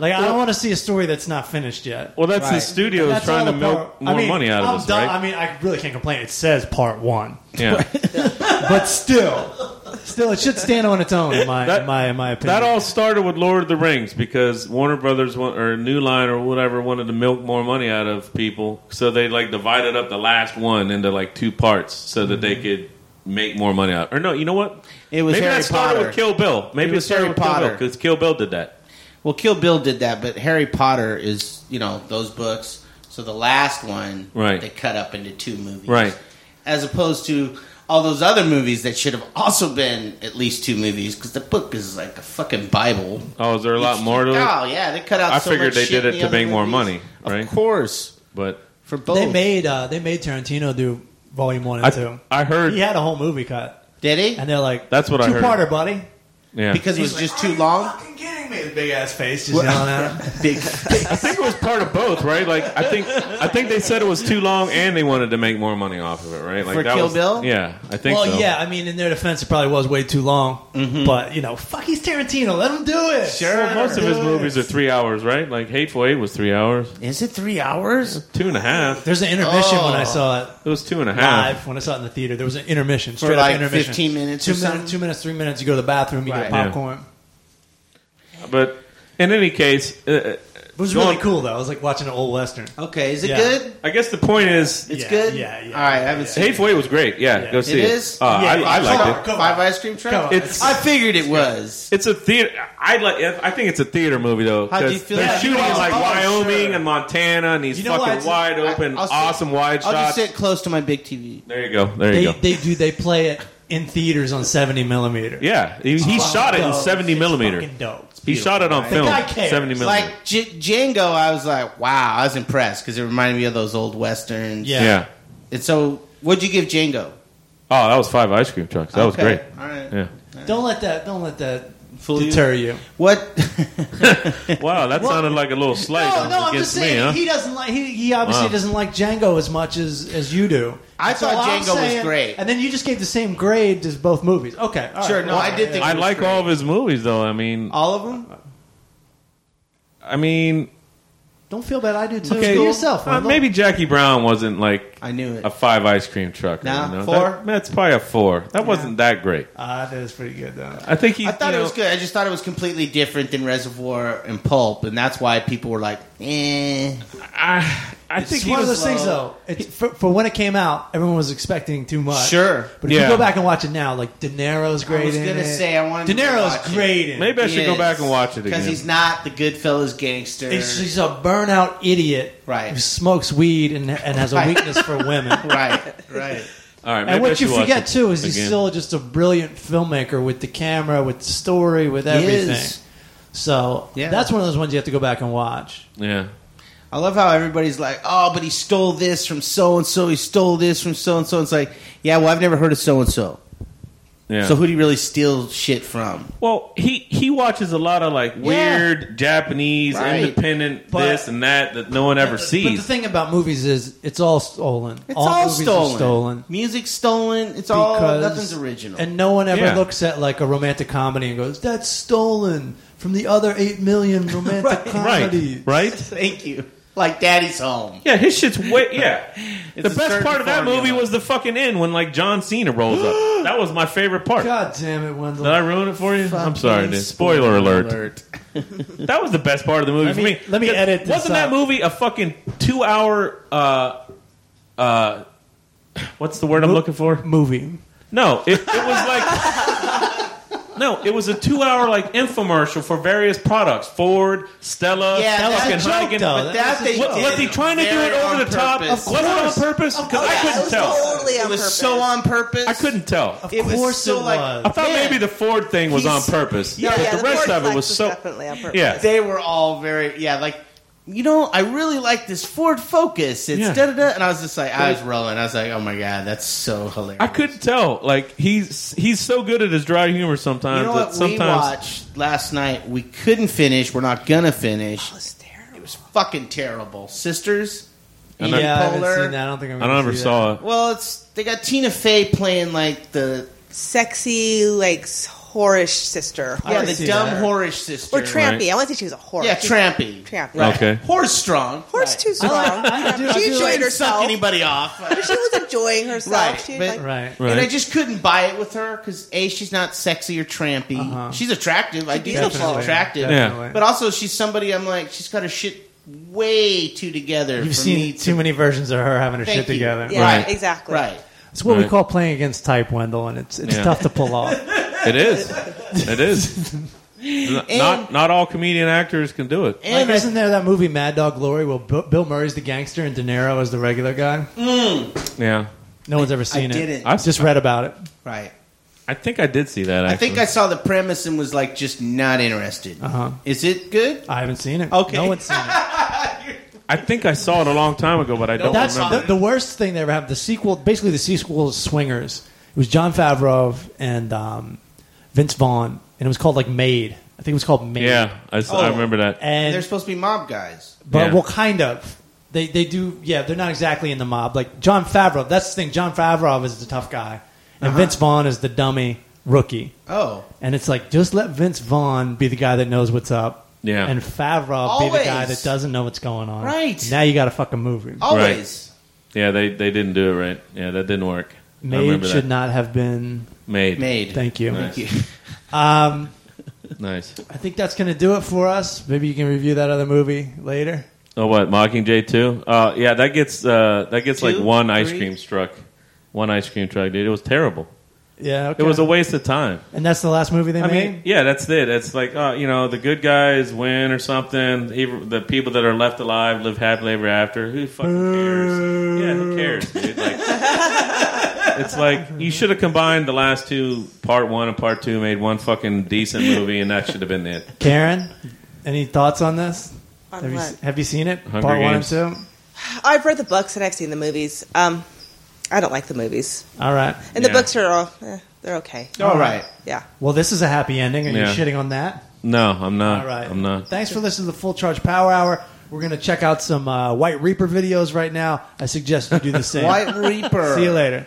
D: Like, I don't want to see a story that's not finished yet.
C: Well, that's the
E: Right.
C: studios
D: That's
C: trying
D: all
C: to
D: the
C: milk
D: part-
C: more
D: I mean,
C: money out of
D: I'm
C: us,
D: done-
C: right?
D: I mean, I really can't complain. It says part one
C: yeah.
D: but still, still, it should stand on its own. In my,
C: That-
D: in my, in my opinion.
C: That all started with Lord of the Rings because Warner Brothers want, or New Line or whatever wanted to milk more money out of people, so they like divided up the last one into like two parts so that they could make more money out. Or no, you know what?
E: Mm-hmm. It was
C: maybe
E: Harry
C: that started
E: Potter.
C: with Kill Bill. Maybe
E: It
C: it,
E: was
C: started
E: Harry
C: with Kill Bill
E: Potter.
C: because Kill Bill did that.
E: well, Kill Bill did that, but Harry Potter is you know those books. So the last one,
C: Right.
E: they cut up into two movies,
C: Right.
E: As opposed to all those other movies that should have also been at least two movies because the book is like a fucking bible.
C: Oh, is there a lot more to it?
E: Oh yeah, they cut out.
C: I
E: so
C: figured
E: much
C: they
E: shit
C: did
E: in
C: it
E: the
C: to
E: other
C: make more
E: movies.
C: money, right?
E: Of course,
C: But
E: for both.
D: they made uh, they made Tarantino do volume one and
C: I,
D: two.
C: I heard
D: He had a whole movie cut,
E: did he?
D: and they're like,
C: That's what I heard.
D: Two-parter, buddy."
C: yeah.
E: Because it was just too long.
D: [LAUGHS] Fucking kidding me? The big ass face just yelling at him. [LAUGHS]
E: Big
C: [LAUGHS] I think it was part of both, right? Like I think I think they said it was too long and they wanted to make more money off of it, right? Like
E: For Kill
C: was,
E: Bill?
C: Yeah, I think
D: Well,
C: so. Mm-hmm.
D: yeah, I mean, in their defense, it probably was way too long. But you know, fuck, he's Tarantino. Let him do it.
C: Well, most of his movies are three hours, right? Like Hateful Eight was three hours,
E: Is it three hours?
C: two and a half.
D: There's an intermission when I
E: Oh.
D: saw it.
C: It was two and a half.
D: Live when I saw it in the theater, there was an intermission,
E: For
D: straight
E: like
D: up intermission,
E: 15 minutes
D: two
E: or something?
D: minutes, two minutes, three minutes. You go to the bathroom, you
E: Right.
D: get
C: Yeah.
D: popcorn.
C: But in any case, uh,
D: It was
C: Go
D: really
C: on.
D: cool though. I was like watching an old western.
C: Uh,
E: Okay, is it
D: Yeah.
E: good?
C: I guess the point is,
E: It's
D: Yeah,
E: good.
D: yeah, yeah,
E: All right, I haven't
D: yeah.
E: seen
C: Hateful Eight was great. Yeah,
D: Yeah.
C: go see
E: it.
C: it.
E: Is
C: Uh, I,
D: Yeah,
C: I
E: Come
C: liked
E: on,
C: it.
D: Come on.
E: Five ice cream
D: Come
E: truck.
D: on.
C: It's-
E: I figured it was.
C: It's a theater. I like. I think it's a theater movie though.
E: How do you
C: 'cause
E: feel
C: They're
E: about-
C: shooting in like
D: Oh,
C: Wyoming
D: sure.
C: and Montana, and these
D: You know why
C: fucking
D: it's-
C: wide open,
E: I'll sit-
C: awesome wide
E: I'll
C: shots.
E: just sit close to my big TV.
C: There you go. There you
D: They,
C: go.
D: they do. They play it in theaters on seventy millimeter.
C: Yeah, he, he shot it in
D: Dope.
C: seventy
D: It's
C: millimeter.
D: fucking dope.
C: He shot it on
D: right? The
C: film,
D: guy cares.
C: seventy
E: It's
C: millimeter.
E: Like J- Django, I was like, wow, I was impressed because it reminded me of those old westerns.
D: Yeah.
C: yeah.
E: And so, what'd you give Django?
C: Oh, that was five ice cream trucks. That was
E: Okay.
C: great.
E: All right.
C: Yeah.
D: Don't let that. Don't let that
E: Fool you.
D: deter you.
E: What? [LAUGHS]
C: Wow, that sounded like a little slight
D: No, no, I'm
C: against
D: just saying
C: me, huh?
D: he doesn't like. He, he obviously
C: Wow.
D: doesn't like Django as much as as you do.
E: I
D: So
E: thought
D: I'm
E: Django was
D: saying-
E: great.
D: And then you just gave the same grade as both movies. Okay, all
E: Sure,
D: right,
E: no,
D: well,
E: I did think-
C: I like
D: Oh.
C: all of his movies, though. I mean,
E: All of them?
C: I mean,
D: Don't feel bad. I do too.
C: Okay,
D: Be yourself.
C: uh,
D: Wendell.
C: maybe Jackie Brown wasn't like
E: I knew it.
C: a five ice cream truck.
E: Nah,
C: you know?
E: four?
C: That- that's probably a four. That wasn't that great.
D: Ah, that is pretty good though.
C: I think he.
E: I thought
C: you
E: it was
C: know-
E: good. I just thought it was completely different than Reservoir and Pulp, and that's why people were like, "Eh."
C: I, I think
D: It's
C: he
D: one of
C: was.
D: those things, though. It's, for, for when it came out, everyone was expecting too much.
E: Sure.
D: but if
C: Yeah.
D: you go back and watch it now, like De Niro's great.
E: was
D: in
E: gonna
D: it.
E: say, I wanted
D: De
E: to
D: Niro's
E: watch it.
D: great. In
C: Maybe I should go back and watch it again.
E: because he's not the Goodfellas gangster.
D: it. He's, he's a burnout idiot,
E: Right.
D: Who smokes weed and, and has a
E: Right.
D: weakness for
C: [LAUGHS]
D: women.
E: right, right.
C: All right,
D: And
C: maybe I
D: what you
C: should watch
D: forget
C: it
D: too is he's
C: again.
D: still just a brilliant filmmaker with the camera, with the story, with everything.
E: is.
D: So
E: Yeah.
D: that's one of those ones you have to go back and watch.
C: Yeah.
E: I love how everybody's like, "Oh, but he stole this from so and so. He stole this from so and so." It's like, yeah, well, I've never heard of so and so.
C: Yeah.
E: So who do you really steal shit from?
C: well, he he watches a lot of like weird Japanese
E: Right.
C: independent
D: But-
C: this and that that no one ever
D: But
C: sees.
D: the thing about movies is it's all stolen.
E: It's all,
D: movies
E: stolen.
D: Are stolen.
E: Music's stolen. It's all
D: because-
E: nothing's original. [LAUGHS]
D: And no one ever
C: Yeah.
D: looks at like a romantic comedy and goes, "That's stolen from the other eight
E: [LAUGHS]
D: million romantic comedies."
C: right. [LAUGHS] Right.
E: Thank you. Like Daddy's home.
C: Yeah, his
D: [LAUGHS]
C: shit's way. Yeah, the
E: It's a
C: best
E: certain
C: part of that
E: formula.
C: movie was the fucking end when like John Cena
D: [GASPS]
C: rolls up. That was my favorite part.
D: God damn it, Wendell!
C: Did I ruin it for you? I'm sorry,
E: Fucking
C: dude. Spoiler alert. That was the best part of the movie
D: Let
C: for
D: me-
C: me.
D: let me
C: Because
D: edit this
C: wasn't
D: out.
C: that movie a fucking two hour? uh uh What's the word I'm looking for?
D: Movie.
C: No, it, it was like. [LAUGHS] No, it was a two-hour like infomercial for various products: Ford, Stella,
E: Yeah,
D: That was
E: Fucking
D: a joke,
C: Heineken.
D: though.
E: But that they
C: What,
E: did
C: was he trying to do
E: very
C: it over
E: on
C: the top?
E: purpose.
C: Was it on purpose? Because I
G: yeah, it
C: couldn't
G: was
C: tell.
G: totally on
E: It was
G: purpose.
E: so on purpose.
C: I couldn't tell.
E: It was
D: course
E: so
D: it
E: like
D: was.
C: I thought
E: Man.
C: maybe the Ford thing was on
E: He's-
C: purpose.
G: Yeah,
C: but
G: yeah,
C: the, rest
G: Ford
C: of it
G: flex
C: was so.
G: definitely on purpose.
C: Yeah.
E: they were all very yeah like you know i really like this ford focus it's
C: Yeah.
E: da da da and i was just like i was rolling i was like oh my god that's so hilarious
C: I couldn't tell. Like he's he's so good at his dry humor sometimes
E: you know
C: that
E: what we
C: sometimes
E: watched last night we couldn't finish we're not gonna finish
G: It was terrible.
E: it was fucking terrible sisters
C: And
E: Amy
C: I-
D: yeah, I haven't
E: Poehler.
D: seen that. I don't think I'm
C: I don't ever saw it.
E: well it's they got tina fey playing like the
G: Sexy, like, whorish sister.
D: I
E: yeah
D: would
E: the
D: see
E: dumb
D: that.
E: whorish sister
G: Or trampy. I want to say she was a whore.
E: yeah
G: She's
E: trampy
G: Trampy.
C: Okay.
E: horse strong
G: Horse
E: Right.
G: too strong.
D: I do-
G: she
D: I do
E: she
G: enjoyed
E: didn't suck
G: herself. [LAUGHS]
E: anybody off
G: She was enjoying herself.
E: Right,
G: She was
E: but-
G: like,
D: Right.
E: And I
C: Right.
E: just couldn't buy it with her because a she's not sexy or trampy.
D: Uh-huh.
E: She's attractive. I do think she's
D: Definitely.
E: attractive.
D: Definitely.
E: But also, she's somebody I'm like she's got her shit way too together.
D: You've
E: for
D: seen
E: me to-
D: too many versions of her having her
E: Thank
D: shit
E: you.
D: together.
G: Yeah,
E: Right.
G: exactly.
E: right.
D: It's what we
C: Right.
D: call playing against type, Wendell, and it's it's
C: Yeah.
D: tough to pull off.
C: It is. It is. N- not not all comedian actors can do it.
E: [LAUGHS] And
D: like,
E: I-
D: isn't there that movie Mad Dog Glory where Bill, Bill Murray's the gangster and De Niro is the regular guy?
C: Yeah.
D: No one's ever
E: I,
D: seen it.
E: didn't.
C: I
D: Just read about it.
E: right.
C: I think I did see that. Actually.
E: I think I saw the premise and was like just not interested.
D: Uh-huh.
E: Is it good?
D: I haven't seen it.
E: Okay.
D: No one's seen
E: [LAUGHS]
D: it.
C: I think I saw it a long time ago, but I don't
D: That's
C: remember.
D: the, the worst thing they ever happened. The sequel, basically, the sequel is Swingers. It was John Favreau and um, Vince Vaughn, and it was called like Made. I think it was called Made.
C: yeah, I, s- I
E: Oh.
C: remember that.
D: And
E: They're supposed to be mob guys.
D: But
C: Yeah.
D: well, kind of. They they do. Yeah, they're not exactly in the mob. Like John Favreau. That's the thing. John Favreau is the tough guy,
E: Uh-huh.
D: and Vince Vaughn is the dummy rookie.
E: Oh,
D: And it's like just let Vince Vaughn be the guy that knows what's up.
C: Yeah.
D: And Favreau be the
E: Always.
D: guy that doesn't know what's going on.
E: Right.
D: Now you got a fucking movie.
E: always.
C: Yeah, they they didn't do it right. Yeah, that didn't work. I
D: Made
C: remember
D: should
C: that.
D: not have been.
C: Made.
E: Made.
D: Thank you.
C: Nice.
E: you.
D: Um,
C: Nice.
D: I think that's going to do it for us. Maybe you can review that other movie later.
C: Oh, what Mockingjay two? Uh, yeah, that gets uh, that gets like
E: Two,
C: one ice
E: three?
C: cream truck, one ice cream truck, dude. It was terrible.
D: Yeah. Okay.
C: It was a waste of time.
D: and that's the last movie they
C: I
D: made.
C: mean, yeah, that's it. It's like uh, you know, the good guys win or something. Even the people that are left alive live happily ever after. Who fucking cares? Yeah, who cares, dude?
D: [LAUGHS]
C: Like, it's like you should have combined the last two, part one and part two, made one fucking decent movie, and that should have been it.
D: Karen, any thoughts on this?
G: On
D: have,
G: what?
D: You, have you seen it?
C: Hunger
D: Part
C: Games.
D: one and two.
G: Oh, I've read the books and I've seen the movies. Um, I don't like the movies.
D: All right.
G: And
C: Yeah.
G: the books are all, eh, they're okay.
E: All right.
G: Yeah.
D: Well, this is a happy ending. Are you
C: Yeah.
D: shitting on that?
C: No, I'm not.
D: All right.
C: I'm not.
D: Thanks for listening to the Full Charge Power Hour. We're gonna check out some uh, White Reaper videos right now. I suggest you do the same.
E: White Reaper.
D: [LAUGHS] See you later.